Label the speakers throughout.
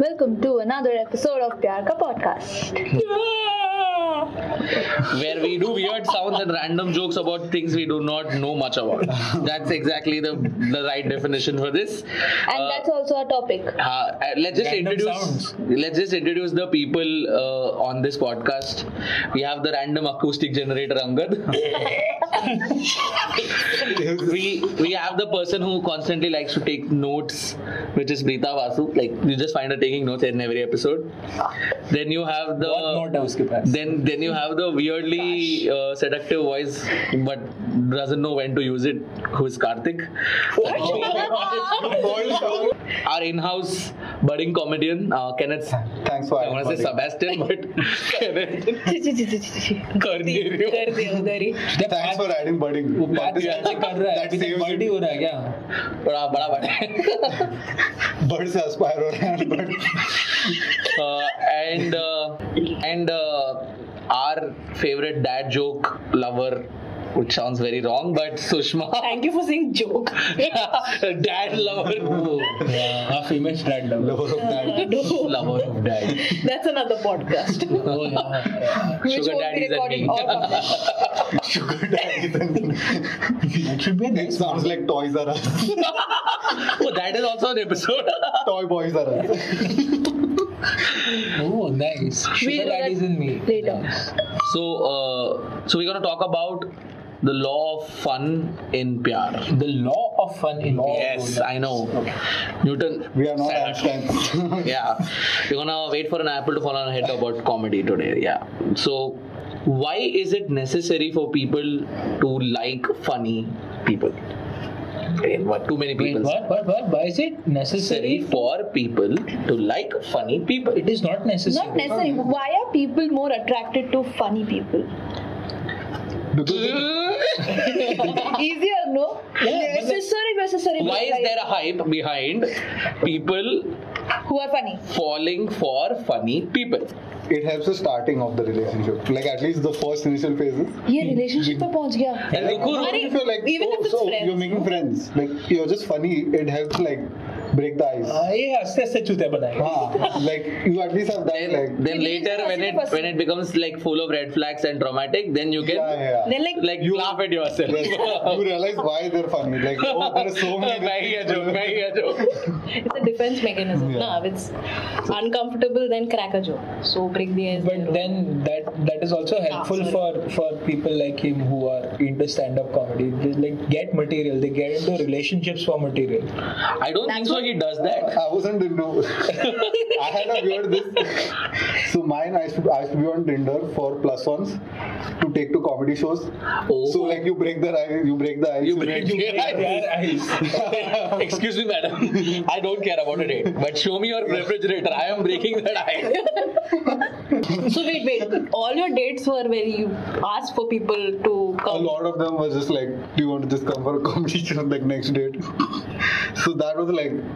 Speaker 1: Welcome to another episode of Pyar Ka Podcast.
Speaker 2: where we do weird sounds and random jokes about things we do not know much about. That's exactly the the right definition for this.
Speaker 1: And
Speaker 2: Uh,
Speaker 1: that's also our topic.
Speaker 2: uh, let's just
Speaker 3: Random
Speaker 2: introduce
Speaker 3: sounds.
Speaker 2: let's just introduce the people uh, on this podcast. We have the random acoustic generator Angad. we we have the person who constantly likes to take notes, which is Brita Vasu. Like you just find her taking notes in every episode. Then you have the
Speaker 4: Uh,
Speaker 3: बहुत note है उसके पास
Speaker 2: then then you have the weirdly uh, seductive voice but doesn't know when to use it who's karthik our in-house budding comedian uh, kenneth
Speaker 5: Thanks for
Speaker 2: i want to say sebastian but kenneth Carneiro.
Speaker 5: Thanks for adding budding.
Speaker 3: वो बात ही ऐसे कर रहा है
Speaker 5: That
Speaker 3: कि
Speaker 5: saves
Speaker 3: bird he
Speaker 5: it.
Speaker 3: हो रहा है क्या
Speaker 2: बड़ा बड़ा बड़ा है।
Speaker 5: Bird से aspire हो रहे हैं bird.
Speaker 2: uh, and uh, and uh, our favorite dad joke lover which sounds very wrong but sushma
Speaker 4: Thank you for saying joke.
Speaker 2: dad lover
Speaker 3: हां female stand love
Speaker 5: Lover of that.
Speaker 2: lover of dad
Speaker 4: That's another podcast.
Speaker 2: Sugar
Speaker 1: Which won't be
Speaker 2: daddies and
Speaker 1: recorded
Speaker 2: me.
Speaker 1: or published.
Speaker 5: Sugar daddy.
Speaker 3: It should be
Speaker 5: It sounds like toys are us.
Speaker 2: Oh, that is also an episode.
Speaker 5: Toy boys are us.
Speaker 3: Oh nice
Speaker 1: We'll
Speaker 3: sugar
Speaker 1: do
Speaker 3: daddies
Speaker 1: that
Speaker 3: in me
Speaker 1: Later.
Speaker 2: so, uh, so we're gonna talk about the law of fun in pyar.
Speaker 3: The law of fun in
Speaker 2: Yes, I know. Newton.
Speaker 5: We are not
Speaker 2: said-
Speaker 5: Einstein.
Speaker 2: Yeah, we're gonna wait for an apple to fall on our head about comedy today. Yeah. So, why is it necessary for people to like funny people? Wait, what? Too many
Speaker 3: Wait,
Speaker 2: people.
Speaker 3: what, what, what? Why is it necessary?
Speaker 2: Necessary for people to like funny people.
Speaker 3: It is not necessary.
Speaker 1: Not necessary. Why are people more attracted to funny people?
Speaker 5: Because
Speaker 1: Easier, no?
Speaker 3: Yeah, but
Speaker 1: Necessary, necessary.
Speaker 2: Why is there a hype behind people
Speaker 1: Who are funny?
Speaker 2: falling for funny people?
Speaker 5: it helps the starting of the relationship. Like at least the first initial phases.
Speaker 1: ये
Speaker 2: Hmm.
Speaker 1: Relationship पे पहुंच गया
Speaker 2: And look who-
Speaker 1: Funny,
Speaker 5: If you're like,
Speaker 1: even
Speaker 5: oh,
Speaker 1: if it's
Speaker 5: so
Speaker 1: friends.
Speaker 5: you're making friends. Like you're just funny. It helps like break the ice.
Speaker 3: हाँ, ये हंसते हंसते चूते बनाए
Speaker 5: हाँ, like you at least have that.
Speaker 2: then,
Speaker 5: Like
Speaker 2: then later when it when it becomes like full of red flags and traumatic then you can
Speaker 5: yeah, yeah.
Speaker 4: then like,
Speaker 2: like laugh at yourself
Speaker 5: Yes. you realize why they're funny. Like oh, there are so many.
Speaker 2: Making a joke, making a joke.
Speaker 4: it's a defense mechanism.
Speaker 5: Yeah.
Speaker 4: Nah, if it's uncomfortable, then crack a joke. So break the ice.
Speaker 3: But then that that is also helpful
Speaker 4: Ah,
Speaker 3: for for people like him who are into stand up comedy. They like get material. They get into relationships for material.
Speaker 2: i don't think so he does that
Speaker 5: I was on Tinder. I had a weird this. So mine, I used, to, I used to be on Tinder for plus ones to take to comedy shows.
Speaker 2: Oh.
Speaker 5: So like you break the ice, you break the ice.
Speaker 2: you break
Speaker 3: You break their eyes.
Speaker 2: excuse me madam i don't care about a date but show me your refrigerator i am breaking that ice
Speaker 4: so wait, wait. All your dates were where you asked for people to
Speaker 5: A
Speaker 4: come.
Speaker 5: lot of them were just like, do you want to just come for a comedy show like next date? So that was like,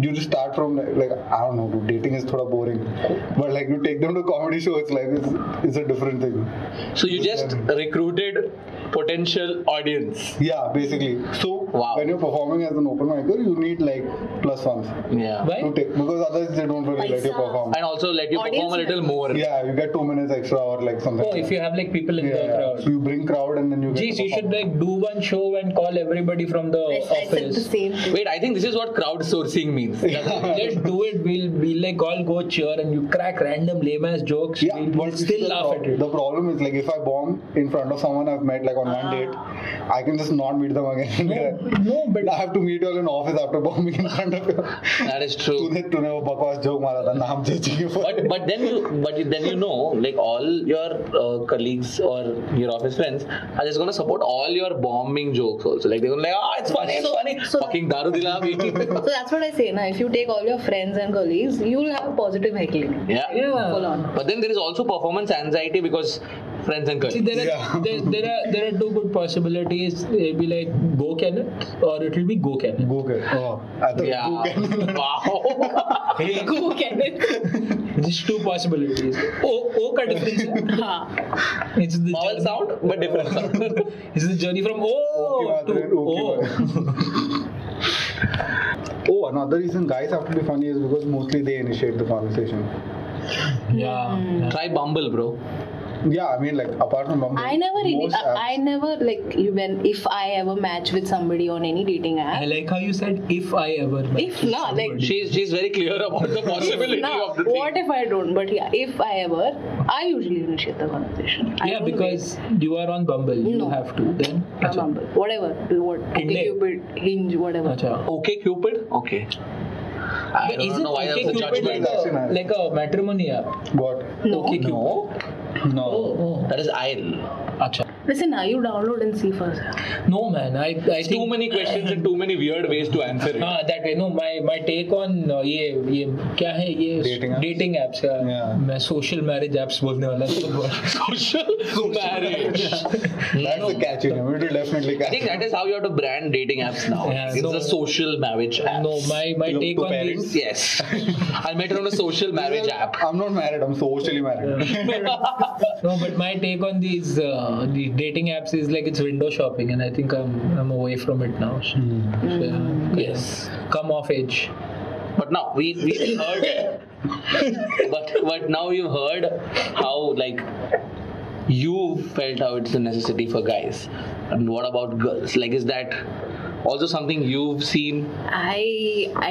Speaker 5: you just start from like I don't know, dude, dating is thoda boring, but like you take them to comedy show, it's like it's, it's a different thing.
Speaker 2: so you just recruited potential audience
Speaker 5: Yeah, basically. So
Speaker 2: Wow.
Speaker 5: when you're performing as an open micer, you need like plus ones.
Speaker 2: yeah
Speaker 3: Why?
Speaker 5: to take because otherwise they don't really let you perform.
Speaker 2: and also let you perform a
Speaker 4: Audience
Speaker 2: little more
Speaker 5: Yeah, you get two minutes extra or like something.
Speaker 3: Oh, if you have like people in
Speaker 5: yeah,
Speaker 3: the
Speaker 5: yeah.
Speaker 3: crowd.
Speaker 5: So you bring crowd and then you. get
Speaker 3: Jeez,
Speaker 5: to
Speaker 3: you should
Speaker 5: perform.
Speaker 3: like do one show and call everybody from the
Speaker 4: I I said the
Speaker 3: office.
Speaker 4: same thing.
Speaker 2: wait i think this is what crowdsourcing means
Speaker 3: Just do it. We'll be like all go cheer and you crack random lame ass jokes.
Speaker 5: Yeah,
Speaker 3: we'll,
Speaker 5: but
Speaker 3: we'll still
Speaker 5: the
Speaker 3: laugh
Speaker 5: prob-
Speaker 3: at it.
Speaker 5: The problem is like if I bomb in front of someone I've met like on one date, I can just not meet them again.
Speaker 3: Ah. No, no, but
Speaker 5: I have to meet you all in office after bombing in front of you.
Speaker 2: that is true
Speaker 5: तूने तूने वो बकवास joke मारा था नाम जजेंगे
Speaker 2: but but then you but then you know like all your uh, colleagues or your office friends are just gonna support all your bombing jokes also like they're gonna like ah it's funny it's funny fucking daru dila
Speaker 4: So that's what I say. Na, if you take all your friends and colleagues, you will have positive heckling.
Speaker 2: yeah
Speaker 3: yeah.
Speaker 4: Full on.
Speaker 2: but then there is also performance anxiety because friends and
Speaker 3: See,
Speaker 2: colleagues
Speaker 3: there are,
Speaker 5: Yeah.
Speaker 3: there, there are there are two good possibilities. It'll be like go Kenneth or it'll be go Kenneth.
Speaker 5: Google. Oh, I thought
Speaker 2: yeah
Speaker 5: Google.
Speaker 2: wow
Speaker 4: Who can it?
Speaker 3: Just two possibilities. O O ka difference. है.
Speaker 4: Ha.
Speaker 3: It's the
Speaker 2: vowel
Speaker 3: journey-
Speaker 2: sound but different sound
Speaker 5: Oh,
Speaker 3: It's the journey from O
Speaker 5: Okay,
Speaker 3: to
Speaker 5: Madhuri, okay,
Speaker 3: O.
Speaker 5: Oh, another reason guys have to be funny is because mostly they initiate the conversation.
Speaker 3: Yeah.
Speaker 2: Try Bumble, bro.
Speaker 5: Yeah, I mean, like apart from Bumble,
Speaker 4: I never really, uh,
Speaker 5: most apps-
Speaker 4: I, I never like even if I ever match with somebody on any dating
Speaker 3: I
Speaker 4: app.
Speaker 3: like how you said if I ever. met
Speaker 4: If not, like
Speaker 2: She's she's very clear about the possibility
Speaker 4: now,
Speaker 2: of the
Speaker 4: what
Speaker 2: thing.
Speaker 4: if I don't? But yeah, if I ever, I usually initiate the conversation. I
Speaker 3: yeah,
Speaker 4: don't
Speaker 3: because you are on Bumble, you
Speaker 4: No.
Speaker 3: have to. Then
Speaker 4: wait. From Bumble, whatever, what,
Speaker 3: Tinder.
Speaker 4: okay, Cupid, Hinge, whatever.
Speaker 3: Acha.
Speaker 2: Okay, Cupid. Okay. I
Speaker 3: But
Speaker 2: don't
Speaker 3: isn't
Speaker 2: know why that's a
Speaker 3: OkCupid
Speaker 2: judgment.
Speaker 3: like a,
Speaker 5: Action.
Speaker 3: uh, like a matrimony app?
Speaker 5: What?
Speaker 4: No.
Speaker 3: OkCupid.
Speaker 2: No,
Speaker 5: No.
Speaker 3: Oh,
Speaker 2: that is IL.
Speaker 3: oh. Acha.
Speaker 4: Listen, now you download and see first.
Speaker 3: No man, I I
Speaker 2: Too
Speaker 3: think
Speaker 2: many questions and too many weird ways to answer it.
Speaker 3: हाँ that way no my my take on uh, ये ये क्या है ये
Speaker 5: Dating apps?
Speaker 3: Dating apps
Speaker 5: Yeah.
Speaker 3: मैं social marriage apps बोलने वाला तो था
Speaker 2: Social marriage.
Speaker 5: That's the catchy name. It will definitely
Speaker 2: I think
Speaker 5: catch.
Speaker 2: that is how you have to brand dating apps now.
Speaker 3: Yeah,
Speaker 2: it's
Speaker 3: no.
Speaker 2: a social marriage app.
Speaker 3: No my my
Speaker 5: Look
Speaker 3: take
Speaker 5: to
Speaker 3: on
Speaker 5: parents.
Speaker 3: This
Speaker 2: Yes. I met her on a social marriage app.
Speaker 5: I'm not married. I'm socially married.
Speaker 3: No, but my take on these uh, the dating apps is like it's window shopping, and I think I'm I'm away from it now. So,
Speaker 5: Hmm.
Speaker 3: so, yeah.
Speaker 2: Yes.
Speaker 3: come off edge.
Speaker 2: But now we we heard but but now you've heard how like you felt how it's a necessity for guys. And what about girls? Like is that also something you've seen?
Speaker 4: I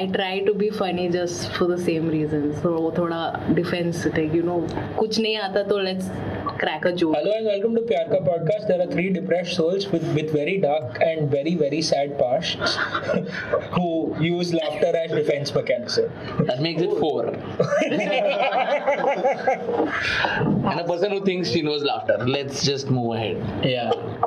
Speaker 4: I try to be funny just for the same reason. So वो थोड़ा defense like you know कुछ नहीं आता तो let's crack a joke.
Speaker 3: Hello and welcome to Pyar Ka Podcast. There are three depressed souls with with very dark and very very sad pasts who use laughter as defense mechanism.
Speaker 2: That makes it four. and a person who thinks she knows laughter. Let's just move ahead.
Speaker 3: Yeah,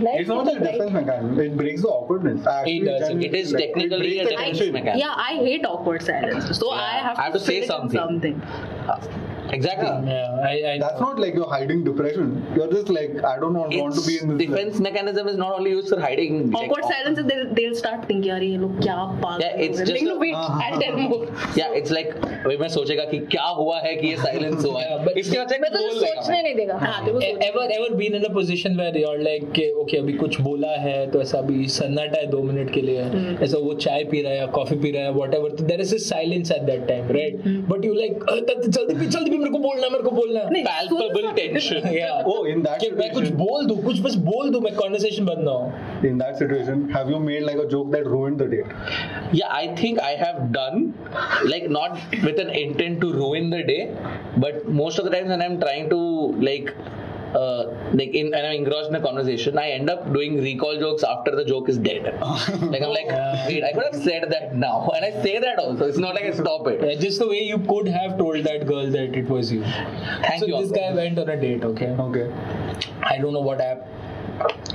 Speaker 5: It's not a defense mechanism. It breaks the awkwardness. I actually
Speaker 3: It does.
Speaker 5: genuinely
Speaker 2: It is
Speaker 5: feel like
Speaker 2: technically
Speaker 5: breaks
Speaker 2: a
Speaker 5: the
Speaker 2: defense
Speaker 5: tension.
Speaker 2: mechanism.
Speaker 4: Yeah, I hate awkward silence. So I have to,
Speaker 2: I have to say
Speaker 4: fill it in
Speaker 2: something.
Speaker 4: something.
Speaker 2: Exactly.
Speaker 3: yeah. I, I
Speaker 5: That's not like you're hiding depression. You're just like I don't want, want to be in
Speaker 2: Its
Speaker 5: this.
Speaker 2: defense mechanism is not only used for hiding. like,
Speaker 4: Awkward silence, they'll, they'll start thinking यार ये लोग क्या पागल
Speaker 2: Yeah, it's
Speaker 4: हो गए। Like,
Speaker 2: just
Speaker 4: no,
Speaker 2: a- हाँ,
Speaker 4: wait, I'll tell more.
Speaker 2: Yeah, it's like अभी मैं सोचेगा कि क्या हुआ है कि ये silence हुआ
Speaker 3: Yeah,
Speaker 2: है
Speaker 3: but-
Speaker 2: इसके बजाय
Speaker 6: मैं तो
Speaker 2: बोल
Speaker 6: सोचने
Speaker 2: देगा
Speaker 6: नहीं देगा
Speaker 4: हाँ, तेरे को
Speaker 3: ए-
Speaker 4: सोचना
Speaker 3: E-, ever ever been in a position where you're like कि okay अभी कुछ बोला है तो ऐसा अभी सन्नाटा है दो मिनट के लिए ऐसा वो चाय पी रहा है कॉफी पी रहा है whatever तो there is a silence at that time right but you like "अ, त- त- जल्दी पी जल्दी पी मेरे को बोलना है, मेरे को बोलना है."
Speaker 2: palpable tension
Speaker 3: Yeah.
Speaker 5: Oh, in that
Speaker 3: कि मैं कुछ
Speaker 5: situation,
Speaker 3: बोल दूं कुछ बस बोल दूं मैं कॉन्वर्सेशन बंद ना हो
Speaker 5: in that situation, have you made like a joke that ruined the date?
Speaker 2: yeah I think I have done like not with an intent to ruin the day but most of the times when I'm trying to like uh, like in and I'm engrossed in a conversation I end up doing recall jokes after the joke is dead
Speaker 5: Oh,
Speaker 2: like I'm like wait I could have said that now and I say that also it's not like I stop it
Speaker 3: Yeah, just the way you could have told that girl that it was you
Speaker 2: thank
Speaker 3: so
Speaker 2: you
Speaker 3: this
Speaker 2: Apurva.
Speaker 3: guy went on a date okay
Speaker 5: Okay.
Speaker 3: I don't know what app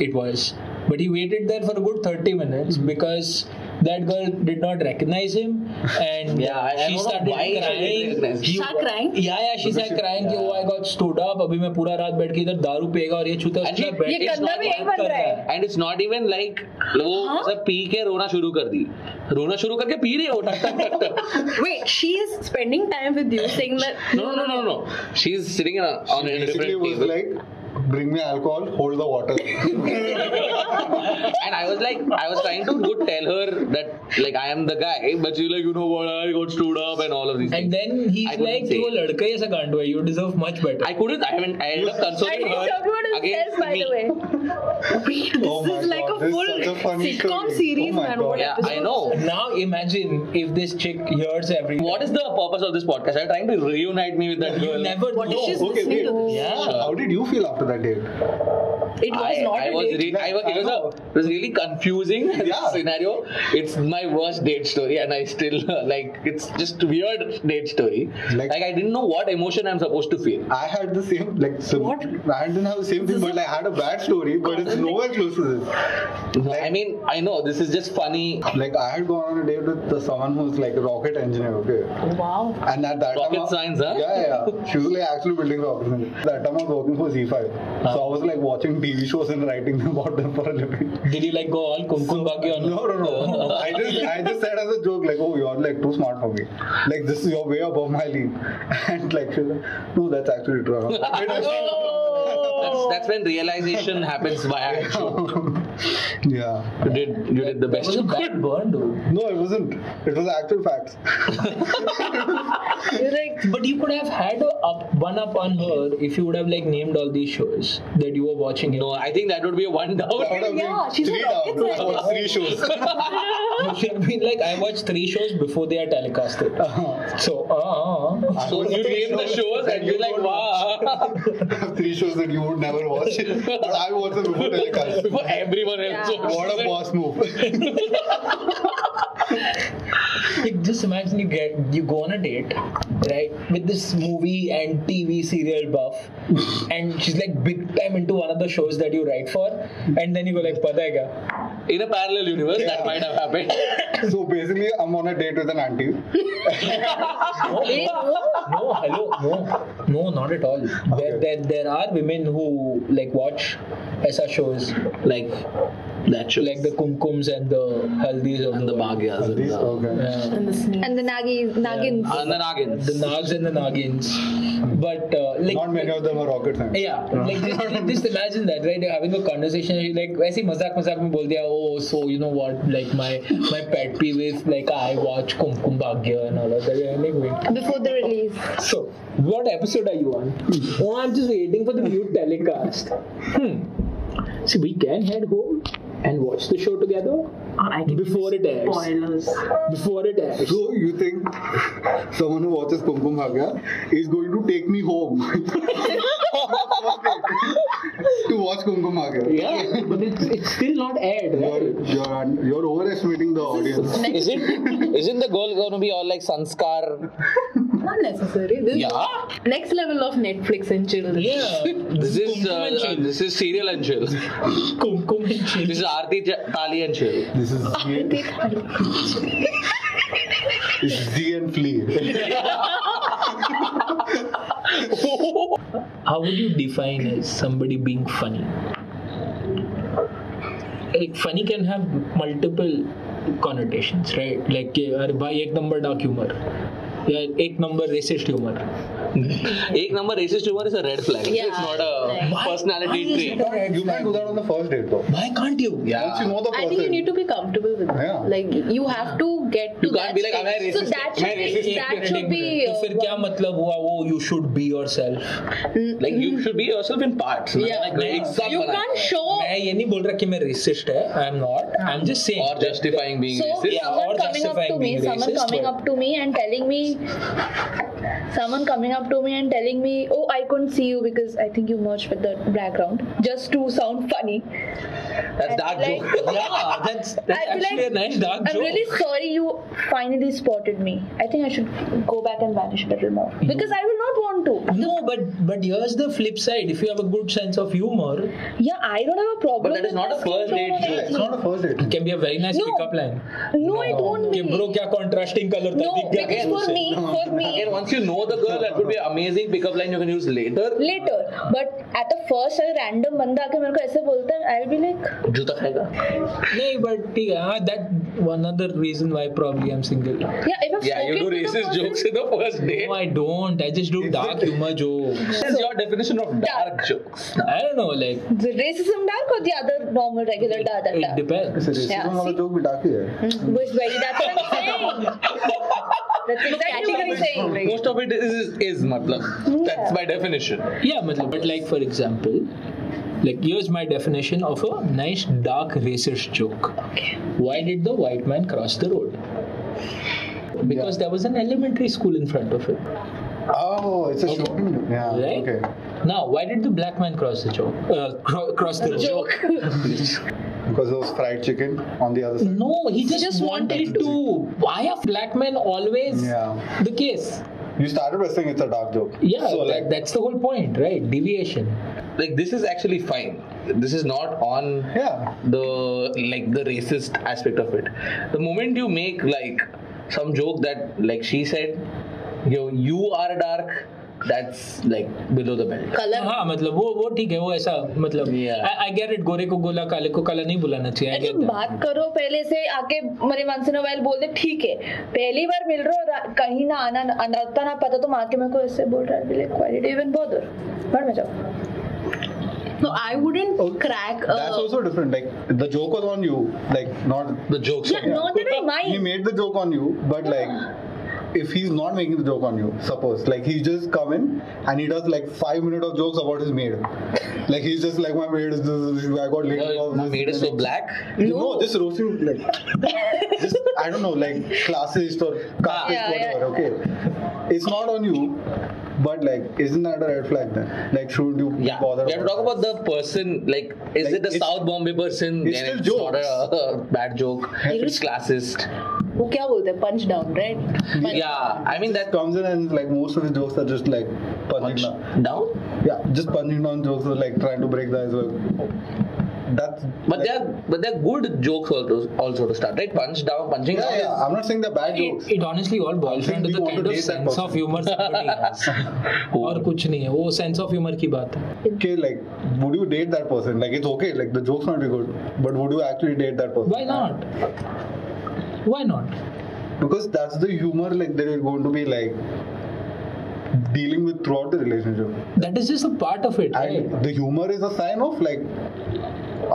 Speaker 3: it was, but he waited there for a good 30 minutes because that girl did not recognize him and
Speaker 2: Yeah, I- I
Speaker 3: she
Speaker 2: don't know
Speaker 3: started
Speaker 2: why she didn't
Speaker 3: crying.
Speaker 2: recognize him.
Speaker 3: You-
Speaker 4: Start crying?
Speaker 3: Yeah, yeah, she started crying कि oh I got stood up अभी मैं पूरा रात बैठ के इधर दारू पिएगा और ये छूता
Speaker 2: And she-
Speaker 3: उसने
Speaker 6: ये
Speaker 2: It's
Speaker 6: गंदा
Speaker 2: not
Speaker 6: भी यही
Speaker 3: बैठ
Speaker 6: बन
Speaker 3: कर
Speaker 6: रहा है
Speaker 2: and it's not even like वो सब पी के रोना शुरू कर दी रोना शुरू करके पी रही है वो टक टक टक टक
Speaker 4: Wait, she is spending time with you saying that
Speaker 2: no no no no she is sitting on a
Speaker 5: Basically, it
Speaker 2: different
Speaker 5: was
Speaker 2: table
Speaker 5: like bring me alcohol, hold the water.
Speaker 2: and I was like, I was trying to go tell her that like I am the guy, but she's like, you know what, I got stood up and all of these
Speaker 3: And
Speaker 2: things.
Speaker 3: then he's
Speaker 2: I couldn't
Speaker 3: like
Speaker 2: say.
Speaker 3: कि वो लड़का ही ऐसा कांड हुआ you deserve much better.
Speaker 2: I couldn't. I haven't. I ended up
Speaker 6: I
Speaker 2: consoling
Speaker 6: think
Speaker 2: her
Speaker 6: everyone
Speaker 2: against
Speaker 6: himself, by
Speaker 2: me.
Speaker 6: the way.
Speaker 4: wait, this
Speaker 5: Oh my
Speaker 4: is like
Speaker 5: God,
Speaker 4: a
Speaker 5: this is
Speaker 4: full
Speaker 5: such a funny
Speaker 4: sitcom
Speaker 5: story.
Speaker 4: series,
Speaker 5: Oh my
Speaker 4: man.
Speaker 5: God.
Speaker 4: What
Speaker 2: Yeah, I
Speaker 4: episode?
Speaker 2: know.
Speaker 3: Now imagine if this chick hears every
Speaker 2: What is the purpose of this podcast? Are you trying to reunite me with that
Speaker 3: you
Speaker 2: girl?
Speaker 3: never
Speaker 4: What
Speaker 3: know.
Speaker 4: if she's
Speaker 5: okay,
Speaker 4: listening
Speaker 5: wait.
Speaker 4: to this?
Speaker 2: Ah.
Speaker 3: yeah.
Speaker 5: How did you feel after that date?
Speaker 4: It was
Speaker 2: I,
Speaker 4: not
Speaker 2: I
Speaker 4: a
Speaker 2: was
Speaker 4: date.
Speaker 2: re- I was, it was a it was really confusing
Speaker 5: Yeah.
Speaker 2: scenario. It's my worst date story, and I still like it's just weird date story. Like,
Speaker 5: Like-
Speaker 2: I didn't know what emotion I'm supposed to feel.
Speaker 5: I had the same like sim-
Speaker 4: What?
Speaker 5: I didn't have the same thing, but like, I had a bad story, but it's nowhere close to this.
Speaker 2: I mean, I know this is just funny.
Speaker 5: Like I had gone on a date with the- someone who's like a rocket engineer, okay?
Speaker 4: Wow.
Speaker 5: And at that
Speaker 2: Rocket
Speaker 5: time, I-
Speaker 2: science, huh?
Speaker 5: Yeah, yeah. She was like actually building rockets. and- That time I was working for Z5, so I was like watching TV shows and writing about them for a living.
Speaker 3: Did you like go all kumkum bhagya or
Speaker 5: No, no, no. I just, I just said as a joke, like, oh, you're like too smart for me. Like, this is your way above my league. And like, she's like, no, that's actually true.
Speaker 2: That's that's when realization happens via action.
Speaker 5: yeah.
Speaker 2: You did you did the
Speaker 3: That
Speaker 2: best
Speaker 3: was a
Speaker 2: you could.
Speaker 3: bad burn, dude.
Speaker 5: No, it wasn't. It was actual facts.
Speaker 4: You're like,
Speaker 3: But you could have had a up, one up on her if you would have like named all these shows that you were watching.
Speaker 2: No, I think that would be a one down.
Speaker 5: Out of
Speaker 1: Yeah,
Speaker 5: the
Speaker 1: she's
Speaker 5: three
Speaker 1: a rocket
Speaker 5: down,
Speaker 1: scientist.
Speaker 5: out of three shows.
Speaker 3: You should have been like, I watched three shows before they are telecasted. So, uh,
Speaker 5: I
Speaker 2: So
Speaker 5: was
Speaker 2: you
Speaker 5: three
Speaker 2: name the shows
Speaker 5: that
Speaker 2: and you're
Speaker 5: you
Speaker 2: like,
Speaker 5: don't
Speaker 2: wow.
Speaker 5: watch. three shows that you would never watch. But I watched them before telecast.
Speaker 2: Before everyone else.
Speaker 4: Yeah.
Speaker 2: watches
Speaker 5: What a
Speaker 2: it.
Speaker 5: boss move.
Speaker 3: like just imagine you get you go on a date, right, with this movie and TV serial buff, and she's like big time into one of the shows that you write for, and then you go like, "Pata hai kya?"
Speaker 2: In a parallel universe, that
Speaker 5: Yeah.
Speaker 2: might have happened.
Speaker 5: so basically, I'm on a date with an auntie.
Speaker 3: No, hello, no, no, not at all. There,
Speaker 5: Okay.
Speaker 3: there, there are women who like watch SR shows,
Speaker 2: Like that show.
Speaker 3: like the kumkums and the haldis of
Speaker 2: and the
Speaker 3: the world.
Speaker 2: Bhagyas. and
Speaker 5: These-
Speaker 2: the-
Speaker 5: okay.
Speaker 3: Yeah.
Speaker 4: and the snake.
Speaker 1: And the Nagi, Nagins.
Speaker 2: And the Nagins.
Speaker 3: the Nags and the Nagins. But uh, like
Speaker 5: Not many of them are rocket scientists.
Speaker 3: Yeah, like just, just imagine that, right? You're having a conversation, you're like ऐसे ही मजाक मजाक में बोल दिया, oh, so you know what, like my my pet peeve is like I watch Kumkum Bhagya and all of that. And I'm like, wait,
Speaker 1: Before the release.
Speaker 3: so what episode are you on?
Speaker 2: Hmm.
Speaker 3: oh, I'm just waiting for the mute telecast. Hmm. So we can head home and watch the show together
Speaker 4: Or I can
Speaker 3: Before
Speaker 4: give
Speaker 3: it airs.
Speaker 4: Spoilers.
Speaker 3: before it airs.
Speaker 5: So you think someone who watches Kum Kum Bhagya is going to take me home to watch Kum Kum Bhagya?
Speaker 3: Yeah, but it's, it's still not aired,
Speaker 5: You're,
Speaker 3: right?
Speaker 5: you're, you're overestimating the audience.
Speaker 2: Isn't isn't the girl gonna be all like Sanskar?
Speaker 4: Not necessary. This
Speaker 2: Yeah.
Speaker 4: is next level of Netflix and chill.
Speaker 2: This is uh,
Speaker 3: Kumkum and
Speaker 2: uh,
Speaker 3: Chill.
Speaker 2: this is serial and chill.
Speaker 3: Kumkum and Chill.
Speaker 2: This is Aarti Ch- Tali and chill.
Speaker 5: This is Z, it's Z and Flea.
Speaker 3: how would you define as somebody being funny like funny can have multiple connotations right like कि अरे भाई एक number dark humor या एक number racist humor
Speaker 2: Ek number racist humor is a red flag.
Speaker 4: Yeah.
Speaker 2: It's not a
Speaker 4: Like-
Speaker 2: personality trait.
Speaker 5: You can't do that on the first date though.
Speaker 3: why can't you
Speaker 5: Once you know the person.
Speaker 4: I think you need to be comfortable with that.
Speaker 5: Yeah.
Speaker 4: Like you have to get to
Speaker 2: You can't
Speaker 4: that
Speaker 2: be like, "Am I
Speaker 4: stage."
Speaker 2: racist?
Speaker 4: So that
Speaker 2: Am I
Speaker 4: should be,
Speaker 2: racist?
Speaker 4: that should be
Speaker 3: तो फिर
Speaker 4: uh,
Speaker 3: क्या मतलब हुआ वो you should be yourself
Speaker 2: Like you should be yourself in parts.
Speaker 4: Yeah.
Speaker 2: Like, एक सब
Speaker 4: you
Speaker 2: banana
Speaker 4: can't
Speaker 2: है.
Speaker 4: show
Speaker 3: मैं ये नहीं बोल रहा कि मैं racist है I am not I am just saying
Speaker 2: Or justifying being
Speaker 1: So
Speaker 2: racist.
Speaker 3: Yeah,
Speaker 1: someone
Speaker 3: or
Speaker 1: coming up to
Speaker 3: justifying
Speaker 1: me,
Speaker 3: being
Speaker 1: someone
Speaker 3: racist,
Speaker 1: coming
Speaker 3: but-
Speaker 1: up to me and telling me, someone coming up to me and telling me, oh, I couldn't see you because I think you merged with the background, just to sound funny.
Speaker 2: That's dark
Speaker 1: Like-
Speaker 2: joke.
Speaker 3: yeah that's that's
Speaker 1: I'll be
Speaker 3: actually
Speaker 1: like,
Speaker 3: a nice dark
Speaker 1: I'm
Speaker 3: joke
Speaker 1: really sorry you finally spotted me. I think I should go back and vanish a little more because I will not want to.
Speaker 3: no but but here's the flip side if you have a good sense of humor
Speaker 1: Yeah, I don't have a
Speaker 2: But
Speaker 1: problem.
Speaker 2: that is
Speaker 1: with
Speaker 2: not a
Speaker 1: my skin
Speaker 2: first
Speaker 1: tone
Speaker 2: date
Speaker 1: or
Speaker 2: joke.
Speaker 5: It's
Speaker 1: anything.
Speaker 5: not a first date.
Speaker 3: can be a very nice
Speaker 1: No.
Speaker 3: pickup line.
Speaker 1: No, it won't
Speaker 3: कि
Speaker 1: be.
Speaker 3: bro क्या contrasting color था
Speaker 1: No,
Speaker 3: दिख गया
Speaker 1: because
Speaker 3: क्या
Speaker 1: for
Speaker 3: तुझे?
Speaker 1: me, for me,
Speaker 2: Again, once you know the girl, that could be an amazing pickup line you can use later.
Speaker 1: later. But at the first, अगर random बंदा आके मेरे को ऐसे बोलता है, I'll be like,
Speaker 2: जूता खाएगा.
Speaker 3: नहीं but ठीक है हाँ, that one other reason why probably I'm single
Speaker 1: yeah, if I've
Speaker 2: Yeah, you do
Speaker 1: spoken to the
Speaker 2: racist
Speaker 1: person-
Speaker 2: jokes in the first date.
Speaker 3: no I don't I just do dark humor jokes
Speaker 2: What is your definition of dark jokes?
Speaker 3: I don't know like
Speaker 1: The racism dark or the other normal regular da da
Speaker 3: it
Speaker 1: da.
Speaker 3: depends
Speaker 5: So racism
Speaker 1: Yeah,
Speaker 5: वाला
Speaker 1: see?
Speaker 5: joke भी dark ही है.
Speaker 4: Hmm.
Speaker 2: Mm.
Speaker 1: Which very that's what I'm saying. That's exactly what I'm saying.
Speaker 2: Most of it is is, is matlab. That's by definition.
Speaker 3: yeah मतलब but like for example like here's my definition of a nice dark racist joke why did the white man cross the road because there was an elementary school in front of it
Speaker 5: Oh, it's a
Speaker 3: Okay.
Speaker 5: shocking. Yeah.
Speaker 3: Right?
Speaker 5: Okay.
Speaker 3: Now, why did the black man cross the joke? Uh, cro- cross the road?
Speaker 5: Because it was fried chicken on the other side.
Speaker 3: No, he just, wanted, to. Why are black men always
Speaker 5: Yeah.
Speaker 3: the case?
Speaker 5: You started by saying it's a dark joke.
Speaker 3: Yeah,
Speaker 5: So
Speaker 3: that-
Speaker 5: like
Speaker 3: that's the whole point, right? Deviation.
Speaker 2: Like this is actually fine. This is not on
Speaker 5: yeah.
Speaker 2: the like the racist aspect of it the moment you make like some joke that like she said you you are dark that's like below the belt
Speaker 4: color.
Speaker 3: हाँ मतलब वो वो ठीक है वो ऐसा मतलब
Speaker 2: Yeah.
Speaker 3: I get it गोरे को गोला काले को काला नहीं बुलाना चाहिए I
Speaker 1: अरे
Speaker 3: get that.
Speaker 1: बात करो पहले से आके मेरे मन से नोवेल बोल दे ठीक है पहली बार मिल रहे हो रा- कहीं ना तो आना अनरता ना पता तुम आके मेरे को ऐसे बोल रहा है लाइक क्वालिटी इवन बॉदर बढ़ में जाओ
Speaker 4: No, I wouldn't
Speaker 2: Oh,
Speaker 4: crack. A,
Speaker 1: Uh,
Speaker 5: That's also different. Like the joke was on you, like not
Speaker 2: The jokes.
Speaker 1: Yeah, not that I
Speaker 5: he
Speaker 1: mind.
Speaker 5: made the joke on you, but like if he's not making the joke on you, suppose like he just come in and he does like five minutes of jokes about his maid. Like he's just like my maid is this, this, this, I got laid off,
Speaker 2: My
Speaker 5: this,
Speaker 2: maid
Speaker 5: this,
Speaker 2: is uh, so
Speaker 5: this."
Speaker 2: black.
Speaker 5: No, just roasting like just I don't know, like classist or caste,
Speaker 1: Yeah,
Speaker 5: whatever.
Speaker 1: yeah.
Speaker 5: Okay, it's not on you, but like isn't that a red flag then? Like shouldn't you
Speaker 2: Yeah.
Speaker 5: bother?
Speaker 2: We have to talk about the person. Like, is
Speaker 5: Like,
Speaker 2: it the
Speaker 5: it's-
Speaker 2: South Bombay person?
Speaker 5: it's
Speaker 2: then
Speaker 5: still
Speaker 2: it's not a uh, bad joke.
Speaker 5: Yeah.
Speaker 2: It's classist.
Speaker 1: वो क्या बोलते हैं punch down right
Speaker 2: Yeah. I mean
Speaker 5: that
Speaker 2: that
Speaker 5: comes in and like most of his jokes are just like
Speaker 2: punch
Speaker 5: punching. down.
Speaker 2: down.
Speaker 5: Yeah, just punching down jokes or like trying to break the ice. Like, that's
Speaker 2: But
Speaker 5: like,
Speaker 2: they're but they're good jokes also also to start right. Punch down, punching
Speaker 5: yeah,
Speaker 2: down.
Speaker 5: yeah. I'm not saying they're bad jokes.
Speaker 3: it, it honestly all boils down to
Speaker 5: We
Speaker 3: the
Speaker 5: want
Speaker 3: kind of
Speaker 5: to date that
Speaker 3: sense of
Speaker 5: person.
Speaker 3: humor somebody has और कुछ नहीं है वो sense of humour की बात है
Speaker 5: Okay, like would you date that person? Like it's okay, like the jokes might be good, but would you actually date that person?
Speaker 3: Why not why not
Speaker 5: Because that's the humor like that you're going to be like dealing with throughout the relationship.
Speaker 3: That is just a part of it right
Speaker 5: And the humor is a sign of like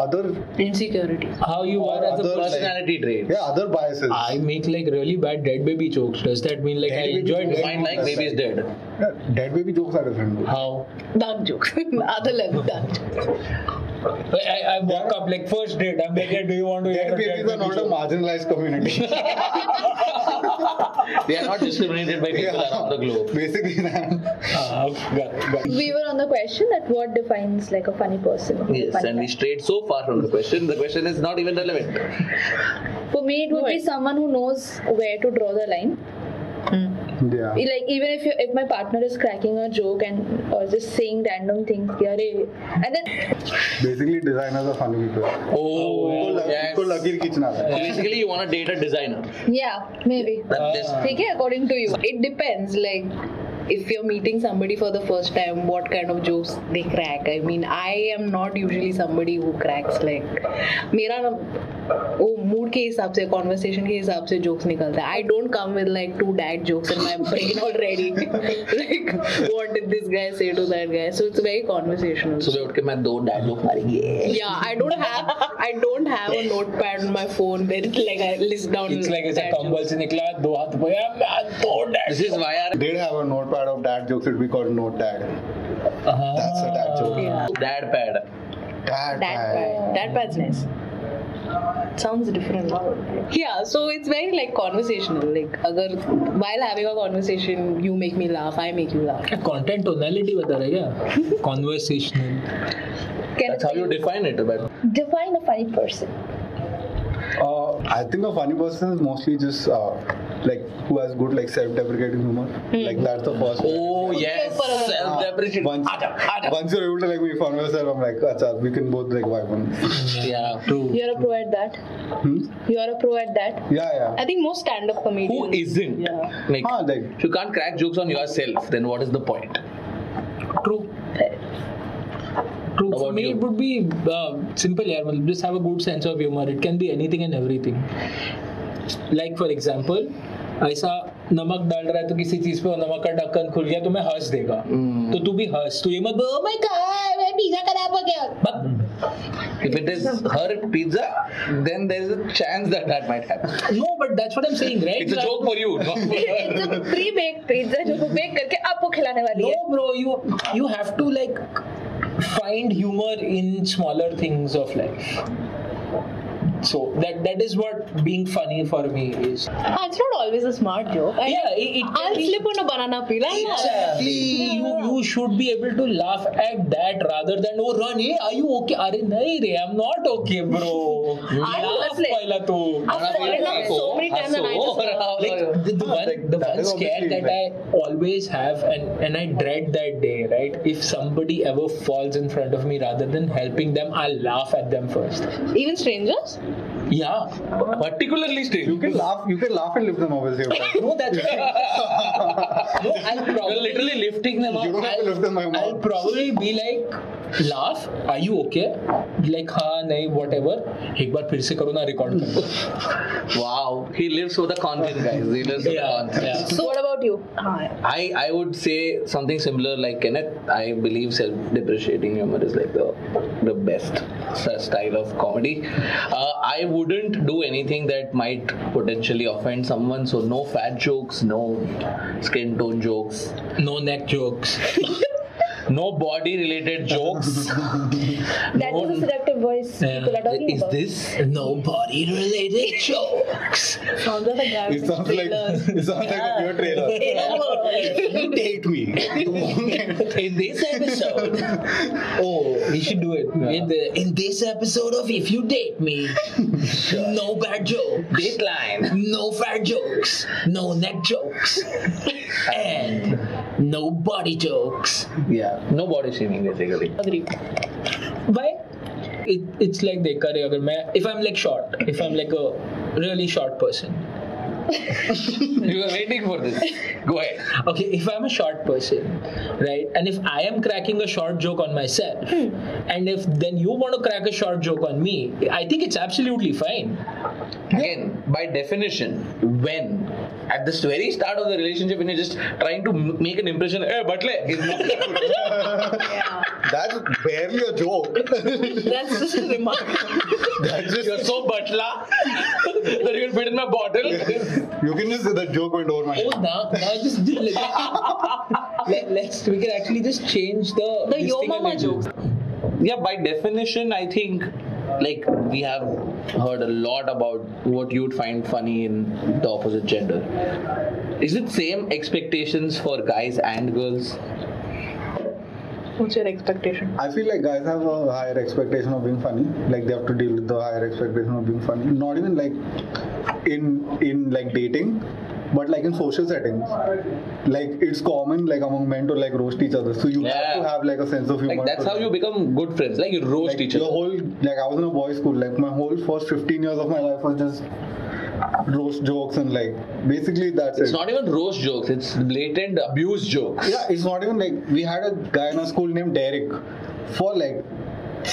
Speaker 5: other
Speaker 4: insecurities.
Speaker 3: How you
Speaker 5: or
Speaker 3: are as
Speaker 5: other
Speaker 3: a person
Speaker 2: Personality traits.
Speaker 5: yeah, other biases.
Speaker 3: I make like really bad dead baby jokes. Does that mean like
Speaker 5: Dead
Speaker 3: I
Speaker 5: baby
Speaker 3: enjoyed
Speaker 5: jokes.
Speaker 3: it?
Speaker 2: Find like baby's dead.
Speaker 5: Yeah, dead baby jokes are different.
Speaker 3: How?
Speaker 4: Dark jokes. Other level dark jokes.
Speaker 3: I, I, I walk up like first date. I'm like, "Hey, do you want to hear
Speaker 5: Dead
Speaker 3: a dead
Speaker 5: babies are
Speaker 3: baby
Speaker 5: not a
Speaker 3: joke?"
Speaker 5: marginalized community.
Speaker 2: They are not discriminated by people around the globe.
Speaker 5: Basically, that.
Speaker 3: Ah, got it, got it.
Speaker 1: we were on the question that what defines like a funny person or a
Speaker 2: Yes,
Speaker 1: funny
Speaker 2: and we
Speaker 1: guy.
Speaker 2: strayed so far from the question. The question is not even relevant.
Speaker 1: for me it would be someone who knows where to draw the line
Speaker 5: yeah.
Speaker 1: like even if you if my partner is cracking a joke and or just saying random things "Ki, "Arey," and then
Speaker 5: Basically, designers are funny people.
Speaker 2: Oh,
Speaker 5: उनको
Speaker 2: yes.
Speaker 5: उनको लकीर खींचना था
Speaker 2: So basically, you want to date a designer.
Speaker 1: yeah maybe
Speaker 2: That this-
Speaker 4: Uh, ठीक है according to you it depends like if you're meeting somebody for the first time what kind of jokes they crack i mean i am not usually somebody who cracks like मेरा ना वो mood के हिसाब से conversation के हिसाब से jokes निकलता है I don't come with like two dad jokes in my brain already like what did this guy say to that guy so it's very conversational
Speaker 2: सुबह उठ के मैं दो dad joke मारेंगे
Speaker 4: Yeah, I don't have I don't have a notepad on my phone. Then like I list down.
Speaker 3: It's like ऐसा
Speaker 4: that
Speaker 3: tumble से निकला दो हाथ पे "Ah, man, दो dad
Speaker 2: This is why our
Speaker 5: They'd have a notepad of dad jokes. It'd be called note dad.
Speaker 2: Uh-huh.
Speaker 5: That's a dad joke.
Speaker 4: Yeah.
Speaker 2: dad pad.
Speaker 4: That
Speaker 5: Dad, pad.
Speaker 4: part. That part's nice. Sounds different. Yeah, so it's very like conversational. Like, agar, while having a conversation, you make me laugh, I make you laugh.
Speaker 3: Content tonality बता रहा है क्या conversational
Speaker 1: can
Speaker 2: That's how you define it. But
Speaker 1: define a funny person
Speaker 5: Uh, I think a funny person is mostly just uh, like who has good like self-deprecating humor. Like that's the first. Uh,
Speaker 2: oh yes, self-deprecation.
Speaker 5: Once, once you're able to like make fun of yourself, I'm like, acha, we can both like vibe on. this."
Speaker 2: Yeah.
Speaker 1: you're a pro at that
Speaker 5: Hmm?
Speaker 1: you're a pro at that
Speaker 5: Yeah, yeah.
Speaker 4: I think most stand up comedians.
Speaker 2: Who isn't?
Speaker 4: Yeah.
Speaker 2: Like,
Speaker 5: Huh, like
Speaker 2: if you can't crack jokes on yourself, then what is the point?
Speaker 3: True True. For
Speaker 2: About
Speaker 3: me,
Speaker 2: you?
Speaker 3: it would be uh, simple. Yeah, मतलब just have a good sense of humor. It can be anything and everything. Like for example, ऐसा नमक डाल रहा है तो किसी चीज पे वो नमक का ढक्कन खुल गया तो मैं हंस देगा
Speaker 2: Hmm.
Speaker 3: तो तू भी हंस तू ये मत बोल मैं Oh मैं पिज्जा खराब हो गया but
Speaker 2: If it is her pizza, then there's a chance that that might happen.
Speaker 3: No but that's what I am saying right
Speaker 2: It's a joke for you, not for her.
Speaker 1: it's a pre bake pizza जो वो bake करके आपको खिलाने वाली
Speaker 3: No,
Speaker 1: है
Speaker 3: bro, you you have to like find humor in smaller things of life. So that that is what being funny for me is.
Speaker 4: Ah, it's not always a smart joke. I,
Speaker 3: Yeah, it, it can
Speaker 4: I'll
Speaker 3: be-
Speaker 4: slip on a banana peel. I know.
Speaker 3: Exactly. You you should be able to laugh at that rather than oh run. Hey, are you okay? Are nahi re, I'm not okay, bro.
Speaker 1: I was
Speaker 3: Laugh
Speaker 1: like-
Speaker 3: पहिला तू.
Speaker 4: I've fallen down so many times and I just laugh.
Speaker 3: Like the, the one,
Speaker 5: Oh, Ah, like,
Speaker 3: the
Speaker 5: that
Speaker 3: one
Speaker 5: is
Speaker 3: scare
Speaker 5: obviously
Speaker 3: that I always have, and and I dread that day, right? If somebody ever falls in front of me, rather than helping them, I'll laugh at them first.
Speaker 4: Even strangers?
Speaker 3: Yeah,
Speaker 2: Particularly
Speaker 5: you
Speaker 2: strange.
Speaker 5: can laugh, you can laugh and lift them up as you
Speaker 3: no, that's No, I'll
Speaker 2: You're
Speaker 3: probably
Speaker 2: literally lifting them up.
Speaker 5: You don't have to lift them, my mom.
Speaker 3: I'll probably be like laugh are you okay like हाँ नहीं whatever एक बार फिर से करो ना record कर दो
Speaker 2: Wow, he lives with a conscience, guys. He lives with a
Speaker 3: yeah,
Speaker 2: conscience.
Speaker 3: yeah.
Speaker 1: So what about you?
Speaker 2: I, I would say something similar like Kenneth. I believe self depreciating humor is like the, the best s- style of comedy. Uh, I wouldn't do anything that might potentially offend someone, so no fat jokes, no skin tone jokes,
Speaker 3: no neck jokes
Speaker 2: no body related jokes.
Speaker 1: That was a seductive voice
Speaker 3: Yeah.
Speaker 1: people are talking
Speaker 2: is
Speaker 1: about.
Speaker 2: this?
Speaker 3: no body related jokes
Speaker 1: Sounds like a guy.
Speaker 5: It sounds like it sounds like a weird trailer. You date me.
Speaker 3: in this episode oh we should do it in, the, in this episode of if you date me no bad jokes
Speaker 2: Dateline.
Speaker 3: no fat jokes, no neck jokes, and no body jokes.
Speaker 2: Yeah, no body shaming basically.
Speaker 4: agree
Speaker 3: Why? It, it's like they carry agar main if I'm like short, if I'm like a really short person.
Speaker 2: You were waiting for this. Go ahead.
Speaker 3: Okay, if I'm a short person, right, and if I am cracking a short joke on myself,
Speaker 4: Hmm.
Speaker 3: and if then you want to crack a short joke on me, I think it's absolutely fine.
Speaker 2: Again, by definition, when at this very start of the relationship, when you're just trying to m- make an impression, hey, butler, is not
Speaker 5: That's barely a joke.
Speaker 4: that's just a remark
Speaker 5: That's just
Speaker 2: you're so butler that you can fit in my bottle.
Speaker 5: you can just say that joke went over my
Speaker 3: Oh,
Speaker 5: head.
Speaker 3: now, now just let, let's we can actually just change the
Speaker 4: the
Speaker 3: this
Speaker 4: yo
Speaker 3: thing a
Speaker 4: mama
Speaker 3: little.
Speaker 4: jokes
Speaker 2: Yeah, by definition, I think like we have heard a lot about what you'd find funny in the opposite gender. Is it same expectations for guys and girls?
Speaker 4: what's your expectation
Speaker 5: I feel like guys have a higher expectation of being funny. Like they have to deal with the higher expectation of being funny. Not even like in in like dating, but like in social settings. Like it's common like among men to like roast each other. So you
Speaker 2: Yeah.
Speaker 5: have to have like a sense of humor.
Speaker 2: Like that's
Speaker 5: to-
Speaker 2: how you become good friends. Like you roast
Speaker 5: like
Speaker 2: each other.
Speaker 5: your whole like I was in a boys' school. Like my whole first 15 years of my life was just roast jokes and like basically that's
Speaker 2: It's
Speaker 5: it.
Speaker 2: not even roast jokes. It's blatant abuse jokes.
Speaker 5: Yeah, it's not even like we had a guy in our school named Derek. For like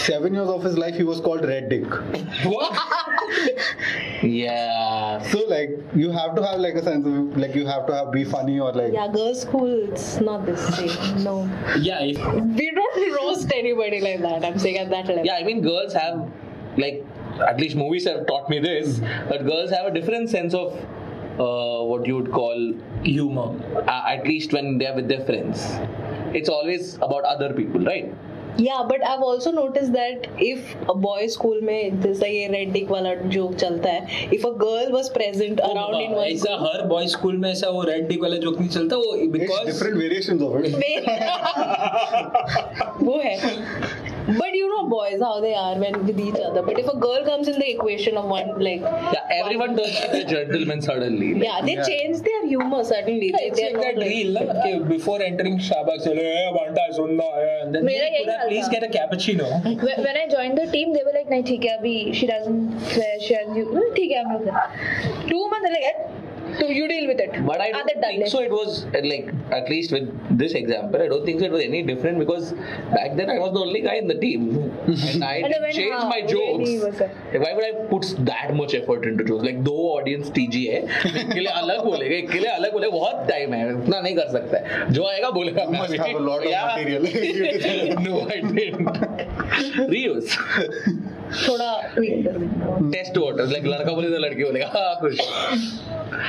Speaker 5: seven years of his life, he was called Red Dick.
Speaker 2: Yeah.
Speaker 5: So like you have to have like a sense of like you have to have be funny or like
Speaker 4: yeah girls school it's not the same no
Speaker 3: Yeah, if,
Speaker 4: we don't roast anybody like that i'm saying at that level
Speaker 2: Yeah, I mean, girls have, like, at least movies have taught me this, but girls have a different sense of uh, what you would call,
Speaker 3: humor.
Speaker 2: uh, at least when they're with their friends. It's always about other people, right?
Speaker 4: या but I also notice that if boy school में जैसा ये red dick वाला joke चलता है if a girl was present around in one
Speaker 3: ऐसा हर boy school में ऐसा वो रेड डिक वाला जोक नहीं चलता वो
Speaker 5: it's
Speaker 3: because
Speaker 5: different variations of it.
Speaker 4: वो है But you know boys how they are when with each other. But if a girl comes in the equation of one like
Speaker 2: Yeah, everyone turns into a gentleman suddenly. Like,
Speaker 4: yeah, they
Speaker 5: Yeah.
Speaker 4: change their humor suddenly. They,
Speaker 3: It's
Speaker 4: they're
Speaker 3: like
Speaker 4: not
Speaker 3: that
Speaker 4: like,
Speaker 3: reel ना कि before entering Starbucks चलो ए बंटा सुन ना
Speaker 1: मेरा यही हाल
Speaker 3: please
Speaker 1: था।
Speaker 3: get a cappuccino
Speaker 1: When when I joined the team, they were like, "Nahi, theek hai, abhi she doesn't swear, she has you."
Speaker 4: मतलब
Speaker 1: Hmm, theek hai, I'm not swear. Two months like that.
Speaker 4: तो
Speaker 1: So you deal with it.
Speaker 2: But I don't think
Speaker 1: Aadat dal
Speaker 2: so. It was uh, like at least with this example, I don't think so it was any different because back then I was the only guy in the team, and I
Speaker 1: And when,
Speaker 2: changed
Speaker 1: uh,
Speaker 2: my
Speaker 1: when he
Speaker 2: jokes.
Speaker 1: was a-
Speaker 2: Like, why would I put that much effort into jokes? Like दो audience TG है, इनके लिए अलग बोलेगा, इनके लिए अलग बोलेगा, बहुत time है, इतना नहीं कर सकता है. जो आएगा बोलेगा.
Speaker 5: You must
Speaker 2: मैं
Speaker 5: have a lot of
Speaker 2: Yeah.
Speaker 5: material.
Speaker 2: no, I didn't. Reuse.
Speaker 1: थोड़ा wait कर दे।
Speaker 2: Test waters. Like लड़का बोलेगा, लड़की बोलेगा. हाँ, खुश.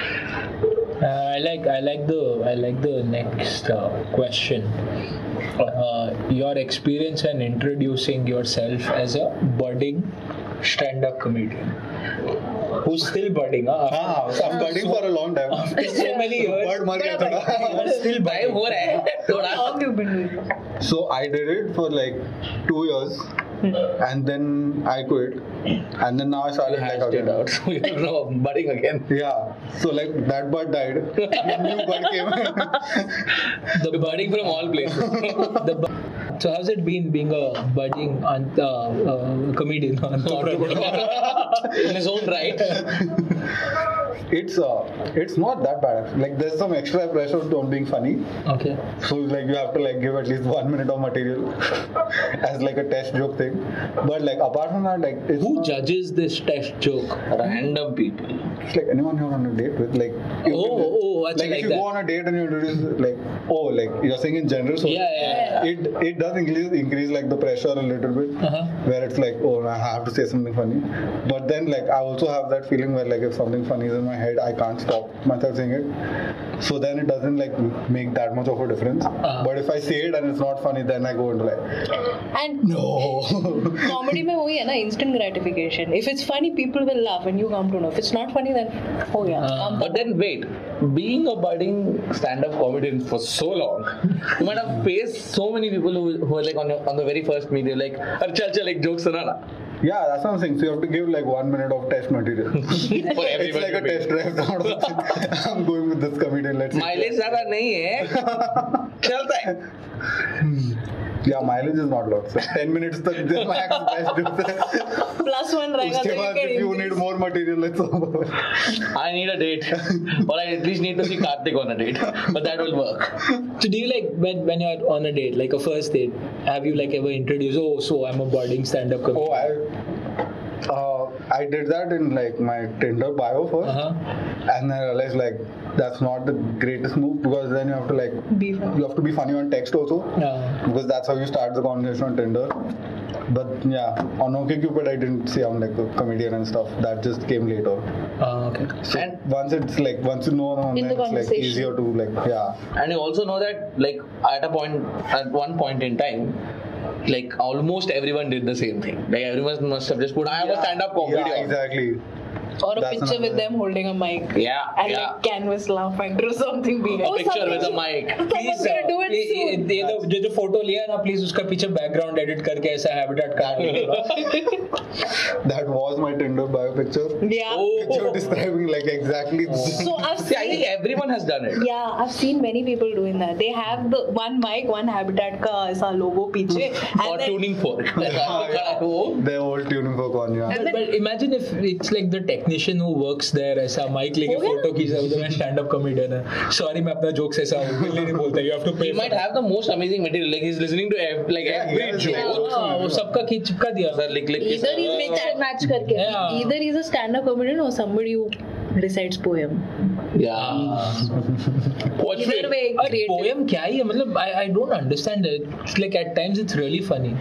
Speaker 3: Uh, I like I like the I like the next uh, question. Uh, your experience when introducing yourself as a budding stand-up comedian who's still budding. Uh,
Speaker 5: Ah, I'm budding for a long time.
Speaker 3: after so many years,
Speaker 5: Bird mar gaya thoda.
Speaker 3: you are still
Speaker 2: Time
Speaker 3: budding.
Speaker 2: हो रहा है थोड़ा
Speaker 4: How long you been doing it?
Speaker 5: So I did it for like two years, and then I quit, and then now I started back
Speaker 2: hashed it
Speaker 5: again.
Speaker 2: out. So you're now budding again.
Speaker 5: Yeah. So like that bird died. New bird came.
Speaker 2: The burning from all places.
Speaker 3: The bu- so how's it been being a budding ant- uh, uh, comedian? entrepreneur?
Speaker 2: In his own right.
Speaker 5: it's uh, it's not that bad. Like there's some extra pressure on being funny.
Speaker 3: Okay.
Speaker 5: So like you have to like give at least one minute of material as like a test joke thing. But like apart from that, like it's
Speaker 3: Who
Speaker 5: not-
Speaker 3: judges this test joke?
Speaker 2: Random people.
Speaker 5: It's like anyone you're on a date with, like you
Speaker 3: Oh,
Speaker 5: can-
Speaker 3: oh,
Speaker 5: like,
Speaker 3: acha,
Speaker 5: if
Speaker 3: like
Speaker 5: you
Speaker 3: that.
Speaker 5: go on a date and you introduce like oh, like you're saying in general, so
Speaker 3: Yeah, yeah, yeah.
Speaker 5: it it does increase increase like the pressure a little bit,
Speaker 3: Uh-huh.
Speaker 5: where it's like oh, I have to say something funny, but then like I also have that feeling where like if something funny is in my head, I can't stop myself saying it, so then it doesn't like make that much of a difference.
Speaker 3: Uh-huh.
Speaker 5: But if I say it and it's not funny, then I go into like
Speaker 4: And
Speaker 5: no.
Speaker 4: comedy में वही है ना instant gratification. If it's funny, people will laugh and you come to know. If it's not funny, then oh yeah, काम
Speaker 2: Uh, But then wait, being a budding stand-up comedian for so long, you might have faced so many people who, who are like on, your, on the very first meet, they're like, "Arre, chal chal, ek joke sunana
Speaker 5: yeah, that's what I'm saying. So you have to give like one minute of test material.
Speaker 2: for
Speaker 5: It's
Speaker 2: everyone
Speaker 5: like
Speaker 2: to
Speaker 5: a
Speaker 2: be.
Speaker 5: test drive sort of thing. I'm going with this comedian. Let's see.
Speaker 2: Mileage ज़्यादा नहीं है, चलता है.
Speaker 5: Yeah, mileage is not lot. So 10 minutes तक the max best होता है.
Speaker 4: plus one रहेगा
Speaker 5: उसके
Speaker 4: तो you
Speaker 5: बाद
Speaker 4: can
Speaker 5: if you
Speaker 4: increase.
Speaker 5: need more material, let's
Speaker 2: I need a date, or I at least need to see Karthik on a date. But that will work.
Speaker 3: So do you like when when you're on a date, like a first date, have you like ever introduced? Oh, so I'm a budding stand-up comedian.
Speaker 5: Oh, I. Uh, I did that in like my Tinder bio 1st
Speaker 3: Uh-huh.
Speaker 5: and then I realized like that's not the greatest move because then you have to like
Speaker 4: Be funny.
Speaker 5: you have to be funny on text also
Speaker 3: Uh,
Speaker 5: because that's how you start the conversation on Tinder. But yeah, on OkCupid I didn't say I'm like a comedian and stuff. That just came later.
Speaker 3: uh, okay.
Speaker 5: So once it's like once you know them,
Speaker 1: In the
Speaker 5: it's like
Speaker 1: conversation.
Speaker 5: easier to like yeah.
Speaker 2: and you also know that like at a point at one point in time like almost everyone did the same thing like everyone must have just put i have a stand-up comedy
Speaker 5: Yeah,
Speaker 2: on."
Speaker 5: exactly.
Speaker 4: Or a
Speaker 5: That's
Speaker 4: picture with
Speaker 5: another-
Speaker 4: them holding a mic.
Speaker 2: Yeah,
Speaker 4: And
Speaker 2: yeah. Oh.
Speaker 4: like canvas laugh factor or something behind.
Speaker 2: a picture with a mic
Speaker 4: Someone's
Speaker 2: uh,
Speaker 4: gonna do it soon.
Speaker 3: ये तो जो जो photo लिया ना please उसका पीछे background edit करके ऐसा हैबिटेट काट देना
Speaker 5: That was my Tinder bio picture.
Speaker 4: Yeah.
Speaker 5: You're describing like exactly.
Speaker 4: So I've
Speaker 2: Oh. see i
Speaker 4: seen.
Speaker 2: think everyone has done it
Speaker 4: Yeah, I've seen many people doing that. They have the one mic, one habitat का ऐसा logo पीछे
Speaker 2: Hmm. or
Speaker 4: and then
Speaker 2: tuning fork
Speaker 5: They're all tuning for con, yeah.
Speaker 3: But, but imagine if it's like the technician who works there ऐसा mic लेके
Speaker 4: हो गया ना?
Speaker 3: Photo खींचा उधर मैं stand up comedian है sorry मैं अपना jokes ऐसा openly नहीं बोलता you have to pay
Speaker 2: he
Speaker 3: for
Speaker 2: might
Speaker 3: it.
Speaker 2: have the most amazing material like he's listening to ev- like
Speaker 5: Yeah,
Speaker 2: every
Speaker 5: yeah,
Speaker 2: joke
Speaker 5: yeah.
Speaker 3: हाँ, वो सबका खींच चिपका दिया
Speaker 2: Sir, like, like,
Speaker 1: Either he's
Speaker 2: uh,
Speaker 1: mix and match करके
Speaker 3: Yeah.
Speaker 1: either he's a stand-up comedian or somebody who recites poem.
Speaker 2: yeah watch
Speaker 1: Either
Speaker 2: it
Speaker 1: way,
Speaker 3: अरे
Speaker 1: creative.
Speaker 3: Poem क्या ही है मतलब I I don't understand it's like at times it's really funny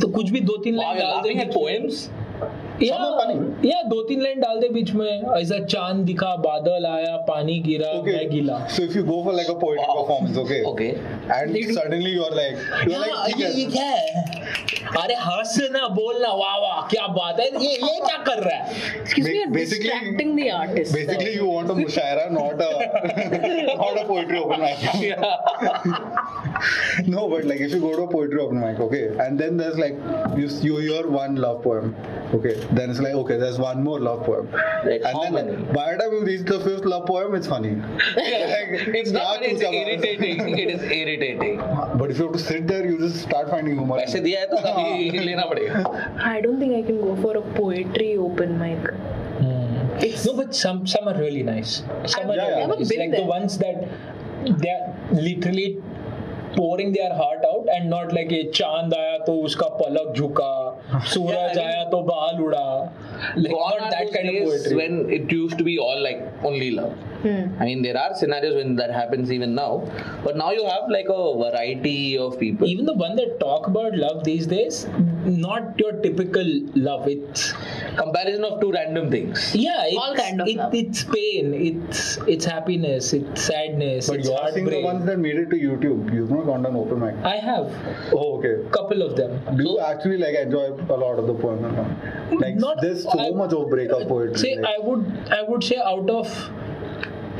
Speaker 3: तो कुछ भी दो तीन
Speaker 2: wow
Speaker 3: लाइन
Speaker 2: you're
Speaker 3: डाल दे
Speaker 2: laughing at poems
Speaker 5: funny.
Speaker 3: या दो तीन लाइन डाल दे बीच में ऐसा चांद दिखा बादल आया पानी गिरा मैं गिला
Speaker 5: So if you go for like a poetic
Speaker 2: Wow.
Speaker 5: performance, okay,
Speaker 2: okay
Speaker 5: and suddenly you're like, you're
Speaker 3: हाँ,
Speaker 5: like,
Speaker 3: ये ये
Speaker 5: "ठीक है."
Speaker 3: क्या है अरे हंसना बोलना वाह वाह क्या बात है ये ये क्या कर रहा है
Speaker 1: Excuse me,
Speaker 5: Ba-
Speaker 1: you're
Speaker 5: basically-
Speaker 1: distracting the artist.
Speaker 5: basically you want a mushaira, not a not a poetry open mic. No, but like if you go to a poetry open mic, okay, and then there's like you you hear one love poem, okay, then it's like okay, there's one more love poem,
Speaker 2: Like,
Speaker 5: and
Speaker 2: how
Speaker 5: then
Speaker 2: many?
Speaker 5: like, by the time you reach the fifth love poem, it's funny. Like,
Speaker 2: it's not
Speaker 5: क्या
Speaker 2: it's
Speaker 5: तुम कमा-
Speaker 2: irritating it is irritating
Speaker 5: But if you have to sit there, you just start finding humor.
Speaker 2: पैसे दिया है तो तभी लेना पड़ेगा
Speaker 1: I don't think I can go for a poetry open mic.
Speaker 3: no but some some are really nice some are
Speaker 5: I've
Speaker 3: really
Speaker 1: never
Speaker 3: nice.
Speaker 1: been
Speaker 3: like the
Speaker 1: there.
Speaker 3: ones that they are literally pouring their heart out and not like ये चांद आया तो उसका पलक झुका सूरज
Speaker 2: Yeah, I mean-
Speaker 3: आया तो बाल उड़ा like
Speaker 2: Gone
Speaker 3: not
Speaker 2: are
Speaker 3: that
Speaker 2: those
Speaker 3: kind of
Speaker 2: days
Speaker 3: poetry
Speaker 2: when it used to be all like only love.
Speaker 4: Hmm.
Speaker 2: I mean, there are scenarios when that happens even now, but now you have like a variety of people.
Speaker 3: even the one that talk about love these days not your typical love it's
Speaker 2: Comparison of two random things.
Speaker 3: yeah it's,
Speaker 1: All kind of
Speaker 3: it,
Speaker 1: love.
Speaker 3: it's pain it's it's happiness it's sadness
Speaker 5: But
Speaker 3: it's
Speaker 5: you're seeing the
Speaker 3: heartbreak
Speaker 5: ones that made it to YouTube. You've not gone to an open mic.
Speaker 3: i have
Speaker 5: Oh, okay.
Speaker 3: a couple of them
Speaker 5: Do you actually like enjoy a lot of the poems? and all? Like
Speaker 3: Not-
Speaker 5: there's so
Speaker 3: I-
Speaker 5: much of breakup poetry.
Speaker 3: say
Speaker 5: like,
Speaker 3: i would i would say out of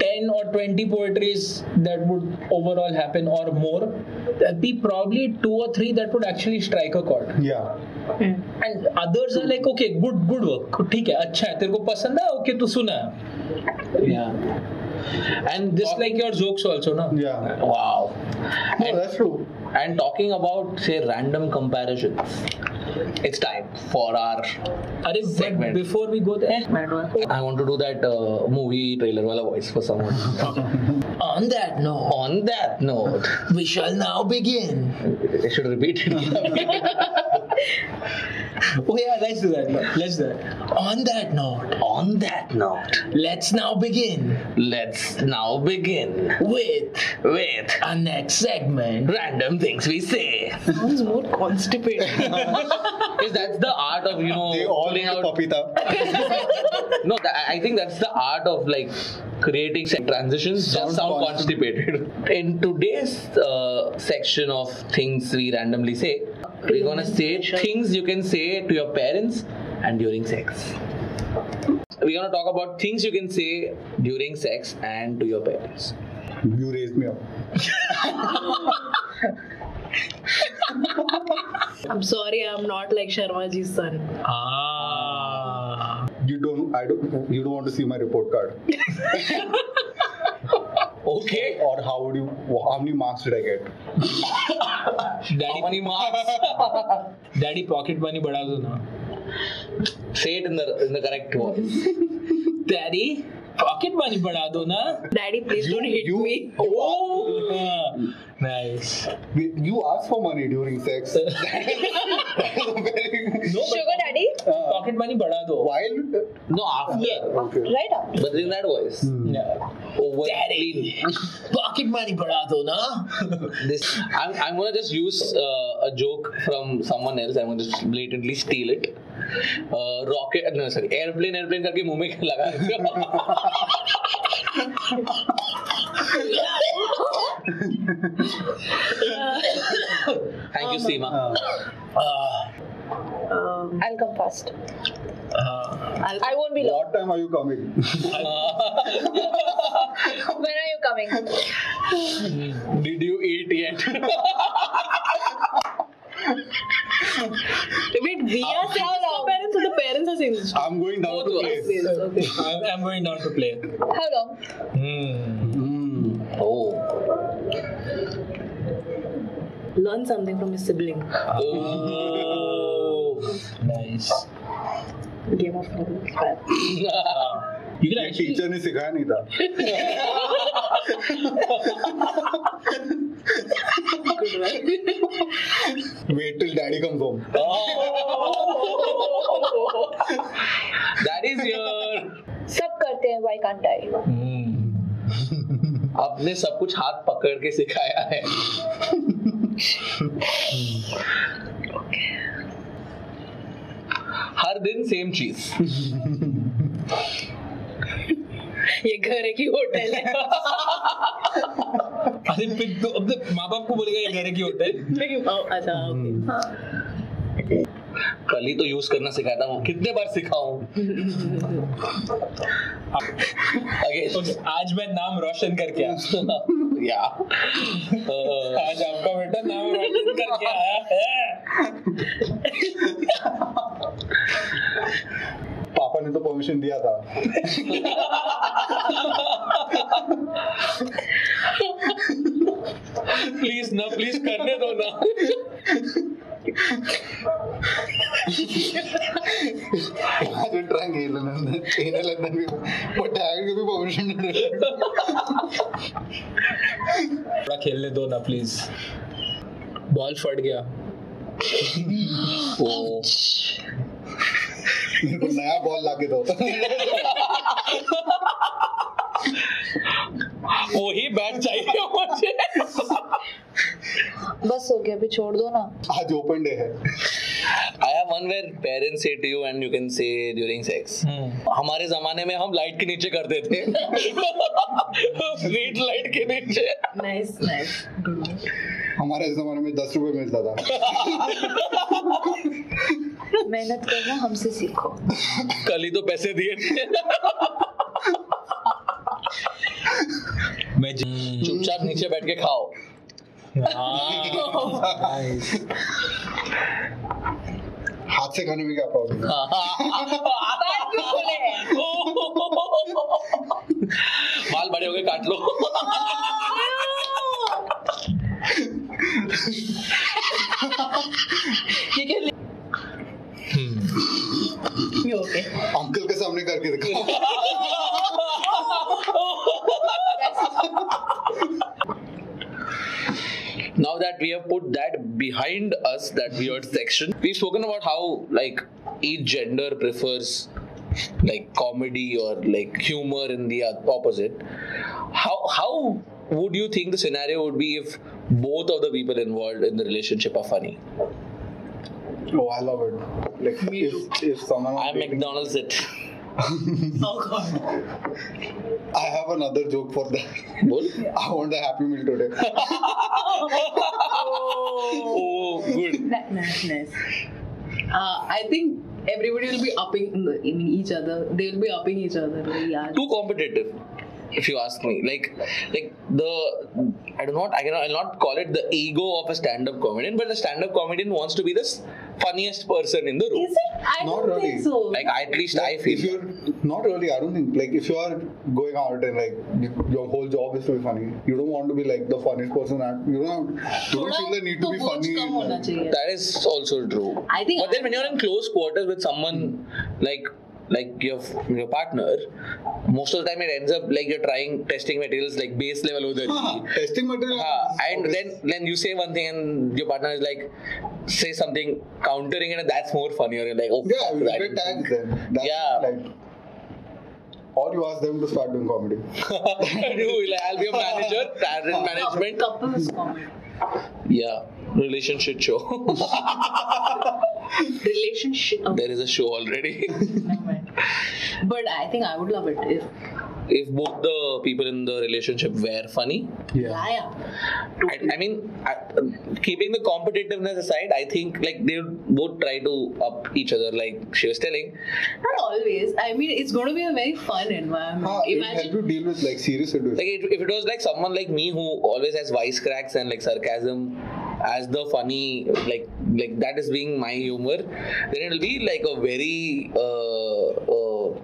Speaker 3: 10 or 20 poetries that would overall happen or more there'd be probably two or three that would actually strike a chord
Speaker 5: yeah.
Speaker 3: And others are like okay good good work ठीक है अच्छा है तेरे को पसंद है okay तू सुना
Speaker 2: Yeah. And
Speaker 3: this
Speaker 2: this like
Speaker 3: like your jokes also ना
Speaker 5: Yeah.
Speaker 2: wow.
Speaker 5: No, that's true.
Speaker 2: And talking about say random comparisons. it's time for our.
Speaker 3: अरे but
Speaker 2: Segment.
Speaker 3: before we go there
Speaker 2: I want to do that uh, movie trailer wala voice for someone.
Speaker 3: on that note
Speaker 2: On that note,
Speaker 3: we shall now begin
Speaker 2: I should repeat it.
Speaker 3: oh yeah let's do that let's do that on that note
Speaker 2: On that note,
Speaker 3: let's now begin
Speaker 2: let's now begin
Speaker 3: with
Speaker 2: with
Speaker 3: our next segment
Speaker 2: random things we say.
Speaker 4: Sounds more constipated.
Speaker 2: Because that's the art of you know
Speaker 5: They all
Speaker 2: Oh, pulling
Speaker 5: need
Speaker 2: out.
Speaker 5: papita.
Speaker 2: No, tha- I think that's the art of like creating se- transitions that
Speaker 5: Sound
Speaker 2: sound
Speaker 5: consti-
Speaker 2: constipated. In today's uh, section of things we randomly say, we're gonna say things you can say to your parents and during sex. We're gonna talk about things you can say during sex and to your parents.
Speaker 5: You raised me up.
Speaker 4: I'm sorry, I'm not like Sharmaji's son.
Speaker 3: ah
Speaker 5: You don't. I don't. You don't want to see my report card.
Speaker 2: Okay.
Speaker 5: Or how would you? How many marks did I get?
Speaker 2: How many marks?
Speaker 3: daddy pocket money बढ़ा दो ना
Speaker 2: say it in the in the correct voice.
Speaker 3: daddy pocket money बढ़ा दो ना
Speaker 4: Daddy, please don't hit
Speaker 5: you-
Speaker 4: me.
Speaker 3: oh nice
Speaker 5: We- You asked for money during sex. Very-
Speaker 1: Sugar daddy,
Speaker 5: Uh,
Speaker 3: pocket money बढ़ा दो
Speaker 5: wild.
Speaker 2: No, after.
Speaker 5: Okay.
Speaker 1: right up.
Speaker 2: But in that voice.
Speaker 3: Yeah.
Speaker 2: Over
Speaker 3: Daddy. pocket money बढ़ा दो ना
Speaker 2: this I'm, I'm gonna just use uh, a joke from someone else I'm gonna just blatantly steal it uh, rocket no sorry airplane airplane करके मुंह में लगा देते हो। thank you Seema
Speaker 3: Ah,
Speaker 4: Um,
Speaker 1: I'll come fast.
Speaker 3: ah.
Speaker 4: I'll,
Speaker 1: I won't be long.
Speaker 5: What time are you coming?
Speaker 1: When are you coming?
Speaker 2: did you eat yet
Speaker 4: wait, we are saying this to parents or the parents are saying this to
Speaker 5: I'm going down
Speaker 2: Both
Speaker 5: to
Speaker 2: of
Speaker 5: play.
Speaker 2: us.
Speaker 4: parents? Okay.
Speaker 3: I'm, I'm going down to play
Speaker 1: How long?
Speaker 3: Hmm.
Speaker 5: Mm.
Speaker 2: oh
Speaker 4: Learn something from your sibling.
Speaker 3: Oh, nice.
Speaker 4: Game of Thrones.
Speaker 3: You can
Speaker 5: ये
Speaker 3: actually
Speaker 5: teacher ने सिखाया नहीं था
Speaker 4: Good one.
Speaker 5: wait till daddy comes home
Speaker 2: that is your
Speaker 1: सब करते हैं, why can't I?
Speaker 3: Hmm.
Speaker 2: आपने सब कुछ हाथ पकड़ के सिखाया है हर दिन सेम चीज
Speaker 4: ये घर है कि होटल है
Speaker 3: अरे फिर तो अपने माँ बाप को बोलेगा ये घर की होता है
Speaker 4: नहीं, oh, अच्छा okay.
Speaker 2: कल ही तो यूज करना सिखाया था कितने बार सिखाऊं
Speaker 3: Okay,
Speaker 2: अगेन
Speaker 3: आज मैं नाम रोशन करके आया
Speaker 2: या uh,
Speaker 3: आज आपका बेटा नाम रोशन करके आया है
Speaker 5: पापा ने तो परमिशन दिया था
Speaker 2: प्लीज ना प्लीज करने दो ना
Speaker 5: imagine trying anal and then anal and then we but dad give me permission to do it
Speaker 3: थोड़ा खेलने दो ना प्लीज बॉल फट गया
Speaker 2: वो
Speaker 5: मेरे को नया बॉल ला के दो
Speaker 2: वही बैट चाहिए मुझे
Speaker 1: बस हो गया अभी छोड़ दो ना
Speaker 5: आज ओपन डे है
Speaker 2: I have one where parents say to you and you can say during sex
Speaker 3: hmm.
Speaker 2: हमारे जमाने में हम लाइट के नीचे करते थे स्ट्रीट लाइट के नीचे
Speaker 5: Hmm.
Speaker 4: Nice, nice.
Speaker 5: हमारे जमाने में दस रुपए मिलता था
Speaker 1: मेहनत करना हमसे सीखो
Speaker 2: कल ही तो पैसे दिए थे
Speaker 3: मैं जी-
Speaker 2: चुपचाप नीचे बैठ के खाओ
Speaker 3: हाँ, nice.
Speaker 5: हाथ से खाने में क्या प्रॉब्लम है
Speaker 2: बाल बड़े हो गए काट लो now that we have put that behind us, that weird section, we've spoken about how like each gender prefers like comedy or like humor in the oth- opposite. How how would you think the scenario would be if both of the people involved in the relationship are funny?
Speaker 5: Oh, I love it. Like if, if someone
Speaker 2: I McDonald's it.
Speaker 5: I have another joke for that.
Speaker 2: Bol.
Speaker 5: I want a happy meal today.
Speaker 2: Oh, good.
Speaker 4: That madness. Uh, I think everybody will be upping, mm, I mean, each other. They will be upping each other. Like, yeah.
Speaker 2: Too competitive. If you ask me, like, like the I do not I cannot I'll not call it the ego of a stand-up comedian, but the stand-up comedian wants to be the s- funniest person in the room.
Speaker 4: Is it? I
Speaker 5: Not
Speaker 4: don't think
Speaker 5: really.
Speaker 4: so.
Speaker 2: Like I- at least I
Speaker 5: if
Speaker 2: feel.
Speaker 5: you're not really, I don't think like if you are going out and like y- your whole job is to be funny, you don't want to be like the funniest person. At, you don't you don't
Speaker 4: थोड़ा
Speaker 5: feel the need to
Speaker 4: तो
Speaker 5: be
Speaker 4: बोझ
Speaker 5: funny.
Speaker 4: कम होना चाहिए
Speaker 2: That is also true.
Speaker 4: I think
Speaker 2: But then when you're in close quarters with someone like like your your partner, most of the time it ends up like you're trying testing materials like base level with
Speaker 5: Huh, testing material.
Speaker 2: Uh, and then then you say one thing and your partner is like say something countering it and that's more funny or you're like oh
Speaker 5: yeah,
Speaker 2: fuck,
Speaker 5: you
Speaker 2: I
Speaker 5: get
Speaker 2: didn't
Speaker 5: tagged
Speaker 2: think.
Speaker 5: then. That's
Speaker 2: Yeah.
Speaker 5: Like, or you ask them to start doing comedy.
Speaker 2: You, like, I'll be a manager talent management
Speaker 4: Couples comedy.
Speaker 2: yeah relationship show
Speaker 4: Relationship. Oh,
Speaker 2: there is a show already
Speaker 4: never mind. But I think I would love it if
Speaker 2: if both the people in the relationship were funny
Speaker 5: Yeah.
Speaker 4: Laya.
Speaker 2: I, I mean, I, keeping the competitiveness aside, I think like they would both try to up each other. Like she was telling,
Speaker 4: Not always. I mean, it's going to be a very fun environment.
Speaker 5: Huh, Ah, it will help
Speaker 4: Imagine.
Speaker 5: you deal with like serious situations.
Speaker 2: like it, if it was like someone like me who always has vice cracks and like sarcasm as the funny, like like that is being my humor, then it'll be like a very, uh, uh,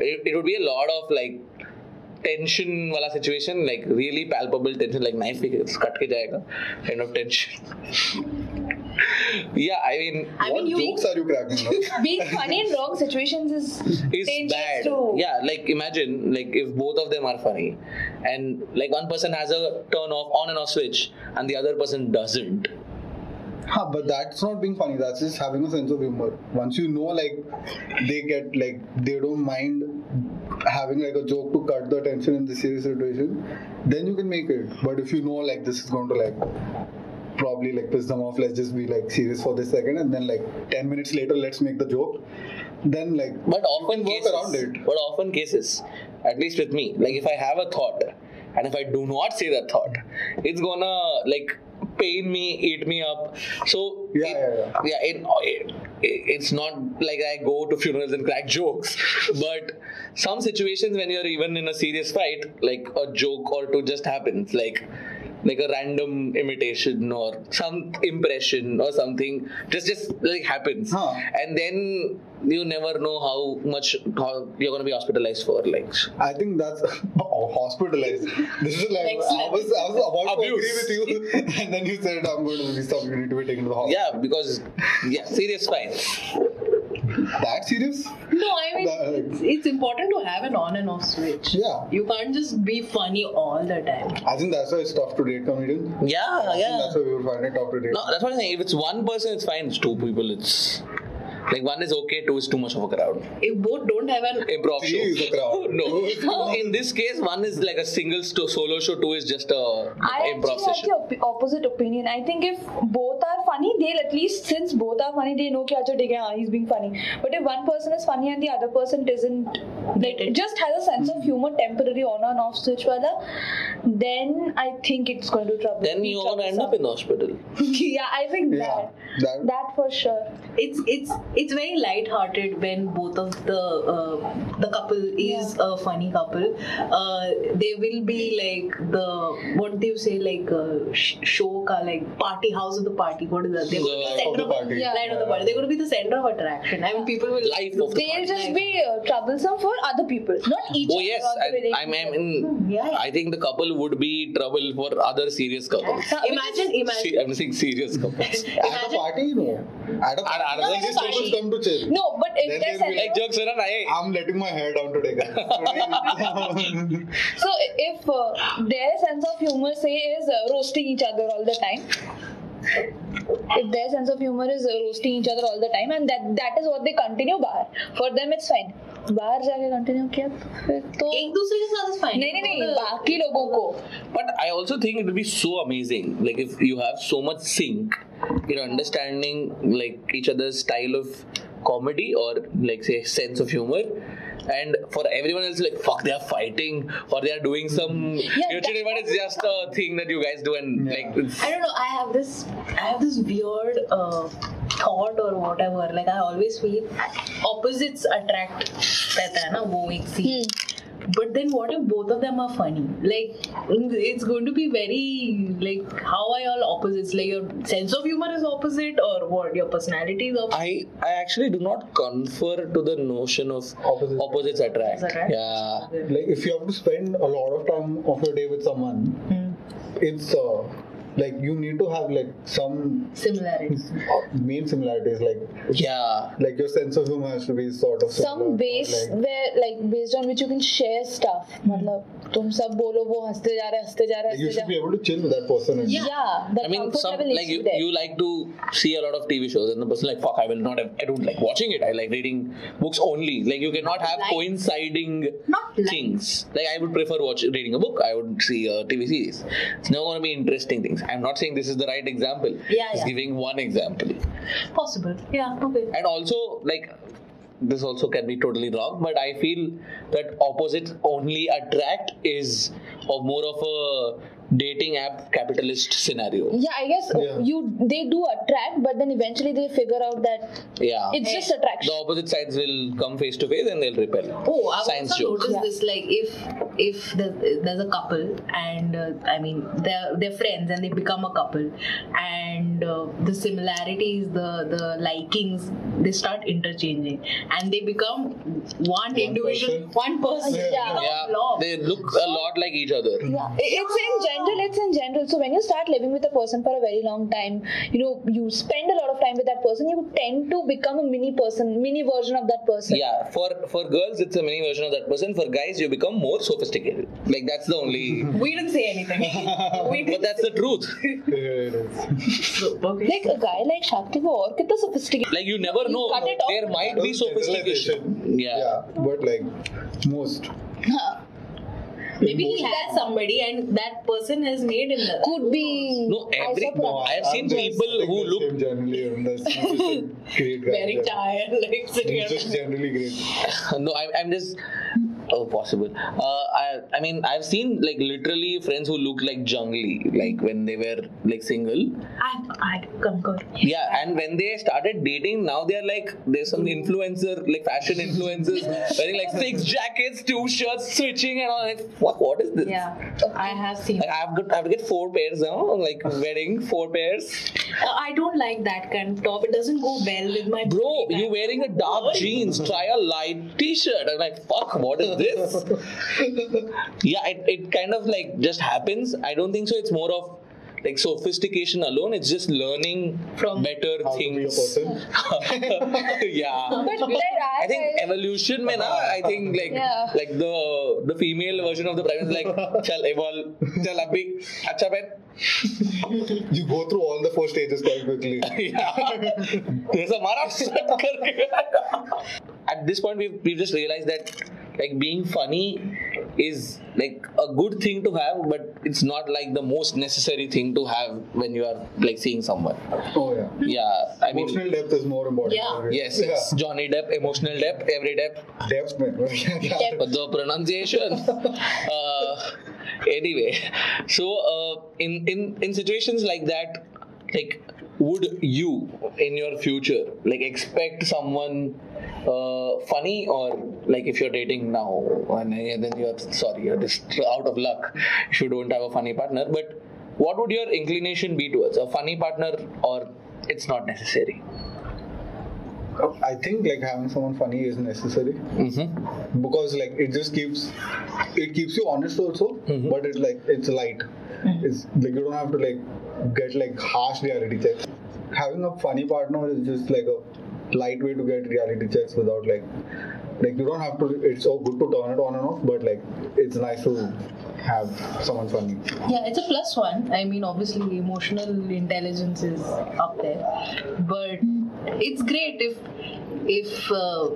Speaker 2: it, it would be a lot of like tension wala situation, like really palpable tension, like knife cut ke jayega kind of tension. yeah, I mean.
Speaker 4: I mean,
Speaker 5: what
Speaker 4: you.
Speaker 5: jokes are you cracking? no?
Speaker 1: Being funny in wrong situations is
Speaker 2: is
Speaker 1: dangerous
Speaker 2: bad.
Speaker 1: too.
Speaker 2: Yeah, like imagine like if both of them are funny, and like one person has a turn off on and off switch, and the other person doesn't.
Speaker 5: Huh, but that's not being funny. That's just having a sense of humor. Once you know, like they get like they don't mind having like a joke to cut the tension in the serious situation, then you can make it. But if you know, like this is going to like probably like piss them off. Let's just be like serious for this second, and then like ten minutes later, let's make the joke. Then like
Speaker 2: But often
Speaker 5: can work
Speaker 2: cases,
Speaker 5: around it.
Speaker 2: but often cases, at least with me, like if I have a thought, and if I do not say that thought, it's gonna like pain me, eat me up. So
Speaker 5: Yeah,
Speaker 2: it,
Speaker 5: yeah, yeah.
Speaker 2: yeah it, it, it's not like I go to funerals and crack jokes, but some situations when you're even in a serious fight, like a joke or two just happens, like like a random imitation or some impression or something just just like happens
Speaker 5: Huh.
Speaker 2: and then you never know how much how you're going to be hospitalized for like
Speaker 5: I think that's oh, hospitalized. This is like
Speaker 4: Next
Speaker 5: I was I was about
Speaker 2: Abuse.
Speaker 5: to agree with you, and then you said I'm going to be stuff. You need to be taken to the hospital.
Speaker 2: yeah because yeah serious fight
Speaker 5: That serious?
Speaker 4: No, I mean,
Speaker 5: That-
Speaker 4: it's, it's important to have an on and off switch.
Speaker 5: Yeah.
Speaker 4: You can't just be funny all the time.
Speaker 5: I think that's why it's tough to date comedians.
Speaker 2: yeah
Speaker 5: I think
Speaker 2: yeah
Speaker 5: That's why we will find it tough to date.
Speaker 2: No, that's what I'm saying. If it's one person, it's fine. It's two people, it's like one is okay, two is too much of a crowd.
Speaker 4: If both don't have an.
Speaker 2: Improv
Speaker 5: Three
Speaker 2: show.
Speaker 5: is a crowd. Two is
Speaker 2: no, in this case, one is like a single sto- solo show. Two is just a
Speaker 1: I
Speaker 2: improv
Speaker 1: actually have
Speaker 2: session.
Speaker 1: the op- opposite opinion. I think if both are funny, they'll at least since both are funny, they know that okay, yeah, he's being funny. But if one person is funny and the other person isn't, like just has a sense
Speaker 2: Hmm.
Speaker 1: of humor, temporary on and off switch wala, then I think it's going to trouble.
Speaker 2: Then
Speaker 1: be
Speaker 2: you're gonna end up in
Speaker 1: troublesome.
Speaker 2: the hospital.
Speaker 1: yeah, I think
Speaker 5: Yeah,
Speaker 1: that
Speaker 5: that-
Speaker 1: that for sure.
Speaker 4: It's it's it's very light-hearted when both of the uh, the couple is a funny couple. Uh, they will be like the what do you say like uh, sh- show ka like party house of the party. What is that? They're gonna be
Speaker 2: Light
Speaker 5: of
Speaker 4: center
Speaker 5: the party.
Speaker 4: Yeah, light of the
Speaker 5: Yeah.
Speaker 4: party. They're going to be the center of attraction. I mean, people will
Speaker 2: Life of the
Speaker 1: They'll just be uh, troublesome for other people, not each
Speaker 2: Oh
Speaker 1: other
Speaker 2: yes,
Speaker 1: or the
Speaker 2: I, I
Speaker 1: relationship.
Speaker 2: mean,
Speaker 4: Yeah, yeah.
Speaker 2: I think the couple would be trouble for other serious couples.
Speaker 4: Imagine, imagine.
Speaker 2: See, I'm saying serious couples.
Speaker 5: At a party, no. At a
Speaker 2: At- at a
Speaker 5: party,
Speaker 2: party.
Speaker 5: people come to chill.
Speaker 1: No, but But if
Speaker 5: Then
Speaker 1: there's
Speaker 5: they'll be
Speaker 1: scenario-
Speaker 2: Like jokes around, I.
Speaker 5: I'm letting my hair down today, guys. Today-
Speaker 1: So if uh, their sense of humor say is uh, roasting each other all the time. If their sense of humor is uh, roasting each other all the time, and that that is what they continue बाहर, for them it's fine. बाहर जाके continue किया तो फिर तो
Speaker 4: एक दूसरे के साथ is fine.
Speaker 1: नहीं नहीं नहीं बाकी लोगों को
Speaker 2: But I also think it will be so amazing. Like if you have so much sync in understanding like each other's style of comedy or like say sense of humor. And for everyone else, like fuck, they are fighting or they are doing some. you
Speaker 1: that's
Speaker 2: know, but it's just a thing that you guys do, and
Speaker 5: Yeah.
Speaker 2: like it's,
Speaker 4: I don't know. I have this. I have this weird uh, thought or whatever. Like I always feel opposites attract. रहता है ना वो एक scene. But then what if both of them are funny? Like it's going to be very like how are y'all opposites? Like your sense of humor is opposite or what? Your personality is opposite.
Speaker 2: I I actually do not confer to the notion of
Speaker 5: Opposites.
Speaker 2: opposites attract.
Speaker 4: Attract.
Speaker 2: Yeah.
Speaker 5: like if you have to spend a lot of time of your day with someone,
Speaker 2: Hmm.
Speaker 5: it's uh, like you need to have like some
Speaker 4: Similarities.
Speaker 5: main similarities, like
Speaker 2: Yeah.
Speaker 5: like your sense of humor has to be sort of
Speaker 1: some
Speaker 5: similar, or,
Speaker 1: base
Speaker 5: like-
Speaker 1: where like based on which you can share stuff मतलब तुम सब बोलो वो हंसते जा रहे हंसते जा रहे
Speaker 5: Like, you
Speaker 1: हंसते जा
Speaker 5: should be able to chill with that person. and-
Speaker 4: Yeah.
Speaker 1: yeah that
Speaker 2: I mean,
Speaker 1: comfort
Speaker 2: some
Speaker 1: level
Speaker 2: like
Speaker 1: needs
Speaker 2: you,
Speaker 1: to be there.
Speaker 2: you like to see a lot of TV shows, and the person like, fuck, I will not have. I don't like watching it. I like reading books only. Like you cannot have
Speaker 4: Like.
Speaker 2: coinciding
Speaker 4: Not like.
Speaker 2: things. Like I would prefer watch reading a book. I would see a TV series. It's never going to be interesting things. I'm not saying this is the right example.
Speaker 4: Yeah,
Speaker 2: Just
Speaker 4: yeah.
Speaker 2: giving one example.
Speaker 4: Possible. Yeah. Okay.
Speaker 2: and also like this also can be totally wrong but i feel that opposites only attract is of more of a dating app capitalist scenario
Speaker 1: yeah i guess uh,
Speaker 5: Yeah.
Speaker 1: you they do attract but then eventually they figure out that
Speaker 2: yeah
Speaker 1: it's just attraction
Speaker 2: the opposite sides will come face to face and they'll repel
Speaker 4: Oh, I've
Speaker 2: Science
Speaker 4: also
Speaker 2: joke.
Speaker 4: noticed
Speaker 1: Yeah.
Speaker 4: this. Like, if if the, there's a couple, and uh, I mean, they're they're friends, and they become a couple, and uh, the similarities, the the likings, they start interchanging, and they become one, individual,
Speaker 5: person.
Speaker 4: one person.
Speaker 1: Yeah.
Speaker 4: They become a
Speaker 2: yeah
Speaker 4: blob.
Speaker 2: they look a lot like each other
Speaker 1: yeah. It- it's in general it's in general so when you start living with a person for a very long time you know you spend a lot of time with that person you tend to become a mini person mini version of that person
Speaker 2: yeah for for girls it's a mini version of that person for guys you become more sophisticated like that's the only
Speaker 4: we didn't say anything. we
Speaker 2: but
Speaker 4: didn't.
Speaker 2: that's the truth
Speaker 5: Yeah, it is.
Speaker 4: So, okay.
Speaker 1: like a guy like Shakti वो और कितना sophisticated
Speaker 2: like you never know
Speaker 1: cut it off.
Speaker 2: there might be sophistication yeah
Speaker 5: yeah, but like most.
Speaker 4: Maybe he has somebody, and that person has made him. that.
Speaker 1: could be
Speaker 2: No, every
Speaker 1: also
Speaker 2: no, Oh, I have
Speaker 5: I'm
Speaker 2: seen
Speaker 5: just
Speaker 2: people
Speaker 5: like
Speaker 2: who
Speaker 5: the
Speaker 2: look.
Speaker 5: same generally, and that's he's just a great guy.
Speaker 4: Very
Speaker 5: yeah.
Speaker 4: tired, like sitting.
Speaker 5: He's just generally great.
Speaker 2: No, I'm, I'm just. Oh, possible. Uh, I I mean, I've seen like literally friends who look like jungly, like when they were like single.
Speaker 4: I I concur.
Speaker 2: Yeah, and when they started dating, now they're like there's some influencer, like fashion influencers, wearing like six jackets, two shirts, switching, and all. Like, what what is this?
Speaker 4: Yeah, I have seen.
Speaker 2: Like I've got I have to get four pairs now. Like wedding four pairs.
Speaker 4: Uh, I don't like that kind of top. It doesn't go well with my
Speaker 2: Bro,
Speaker 4: body
Speaker 2: you
Speaker 4: type.
Speaker 2: wearing a dark jeans, try a light t-shirt. I'm like, fuck, what is this? yeah, it, it kind of like just happens. I don't think so. It's more of like sophistication alone. It's just learning
Speaker 4: From-
Speaker 2: better
Speaker 5: How to be a
Speaker 2: things.
Speaker 5: person.
Speaker 2: yeah.
Speaker 1: but there are
Speaker 2: I think
Speaker 1: guys-
Speaker 2: evolution mein na, I think like
Speaker 1: Yeah.
Speaker 2: like the the female version of the prime is like chal evolve chal abhi acha ben
Speaker 5: You go through all the four stages quite quickly.
Speaker 2: there's a Maharashtra karke. At this point, we've, we've just realized that like being funny is like a good thing to have, but it's not like the most necessary thing to have when you are like seeing someone.
Speaker 5: Oh yeah.
Speaker 2: Yeah, I mean,
Speaker 5: Emotional depth is more important.
Speaker 4: Yeah.
Speaker 2: yes, it's Johnny Depp, emotional depth, every depth,
Speaker 5: Yeah. Depth, man. yeah.
Speaker 2: but the pronunciation. uh, anyway, so uh, in in in situations like that, like would you in your future like expect someone uh, funny or like if you're dating now and then you're sorry you're just out of luck if you don't have a funny partner but what would your inclination be towards a funny partner or it's not necessary
Speaker 5: I think like having someone funny is necessary
Speaker 2: mm-hmm.
Speaker 5: because like it just keeps it keeps you honest also,
Speaker 2: Mm-hmm.
Speaker 5: but it like it's light. It's like you don't have to like get like harsh reality checks. Having a funny partner is just like a light way to get reality checks without like like you don't have to it's so good to turn it on and off but like it's nice to have someone funny
Speaker 4: Yeah, it's a plus one. I mean, obviously, emotional intelligence is up there, but it's great if if uh,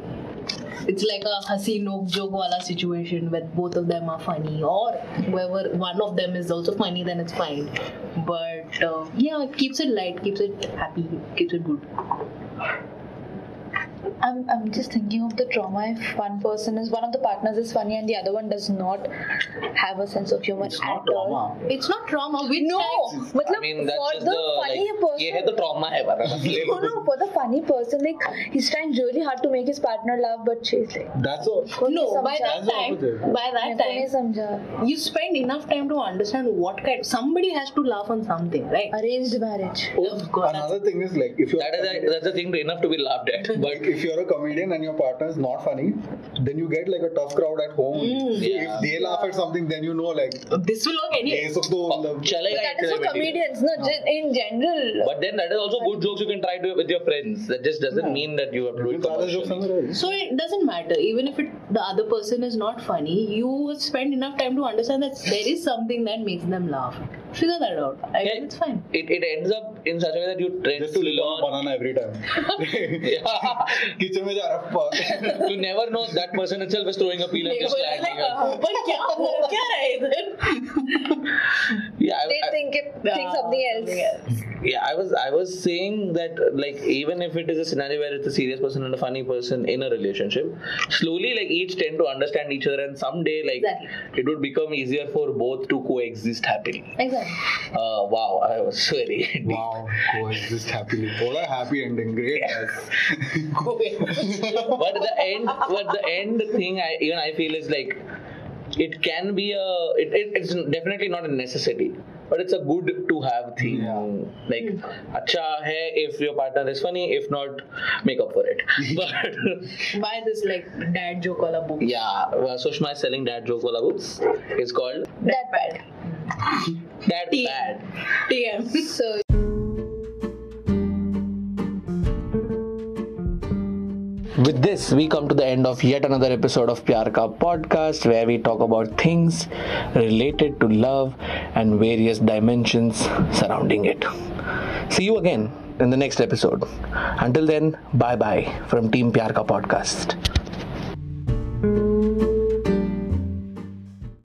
Speaker 4: it's like a hasi nok joke wala situation where both of them are funny, or whoever one of them is also funny, then it's fine. But uh, yeah, it keeps it light, keeps it happy, keeps it good.
Speaker 1: I'm, I'm just thinking of the trauma if one person is one of the partners is funny and the other one does not have a sense of humor
Speaker 5: it's
Speaker 1: at
Speaker 5: not
Speaker 1: all.
Speaker 5: drama
Speaker 4: It's not trauma. With
Speaker 1: No,
Speaker 4: time-
Speaker 1: मतलब
Speaker 2: I mean, that's
Speaker 1: for
Speaker 2: just
Speaker 1: the,
Speaker 2: the,
Speaker 1: funny
Speaker 2: like, ये है
Speaker 1: person.
Speaker 2: तो trauma है वाला.
Speaker 1: No, no, for the funny person, like he's trying really hard to make his partner laugh, but she's like,
Speaker 5: that's all
Speaker 1: "को नहीं
Speaker 4: No, by
Speaker 1: समझा,
Speaker 4: that time, by
Speaker 1: मेरे
Speaker 4: that
Speaker 1: को नहीं
Speaker 4: time,
Speaker 1: समझा."
Speaker 4: you spend enough time to understand what kind. Somebody has to laugh on something, right?
Speaker 1: Arranged marriage.
Speaker 4: Of course.
Speaker 5: another thing is like if you're
Speaker 2: That is a, that's a thing enough to be laughed at.
Speaker 5: But if you're a comedian and your partner is not funny, then you get like a tough crowd at home.
Speaker 2: Yeah.
Speaker 5: If they laugh at something, then you know like
Speaker 4: this will work anyway.
Speaker 5: yes of the
Speaker 2: चलेगा
Speaker 1: That is for
Speaker 2: इतने में भी.
Speaker 1: comedians, no, gen- in general.
Speaker 2: But then that is also good jokes you can try to with your friends. That just doesn't mean that you have to do it commercially.
Speaker 4: So it doesn't matter. Even if it, the other person is not funny, you spend enough time to understand that there is something that makes them laugh. Figure that out. I
Speaker 2: Yeah.
Speaker 4: mean, it's fine.
Speaker 2: It, it ends up in such a way that you tend
Speaker 5: Just
Speaker 2: to
Speaker 5: to live
Speaker 2: learn.
Speaker 5: on a banana every time.
Speaker 2: Yeah.
Speaker 5: Kitchen में जा रहा fuck.
Speaker 2: you never know that person itself is throwing a peel and just slagging
Speaker 1: uh,
Speaker 2: her.
Speaker 4: "ऊपर क्या हो क्या रहा है इधर?"
Speaker 2: Yeah, I,
Speaker 1: They
Speaker 2: I,
Speaker 1: think it think
Speaker 4: Yeah, something
Speaker 1: something else.
Speaker 2: yeah, I was I was saying that uh, like even if it is a scenario where it's a serious person and a funny person in a relationship, slowly like each tend to understand each other, and someday like
Speaker 4: Exactly.
Speaker 2: it would become easier for both to coexist happily.
Speaker 4: Exactly.
Speaker 2: Uh, wow, I was very deep.
Speaker 5: wow, coexist happily. What a happy ending. Great. guys.
Speaker 2: but the end but the end thing I even I feel is like it can be a it, it, it's definitely not a necessity but it's a good to have thing
Speaker 5: Yeah.
Speaker 2: like acha hai if your partner is funny if not make up for it but
Speaker 4: Buy this like dad joke wala book.
Speaker 2: yeah well, Sushma is selling dad joke wala books it's called
Speaker 1: That bad.
Speaker 2: dad
Speaker 4: Tea.
Speaker 2: bad
Speaker 4: TM.
Speaker 1: So
Speaker 2: With this, we come to the end of yet another episode of Pyar Ka podcast, where we talk about things related to love and various dimensions surrounding it. See you again in the next episode. Until then, bye bye from Team Pyar Ka podcast.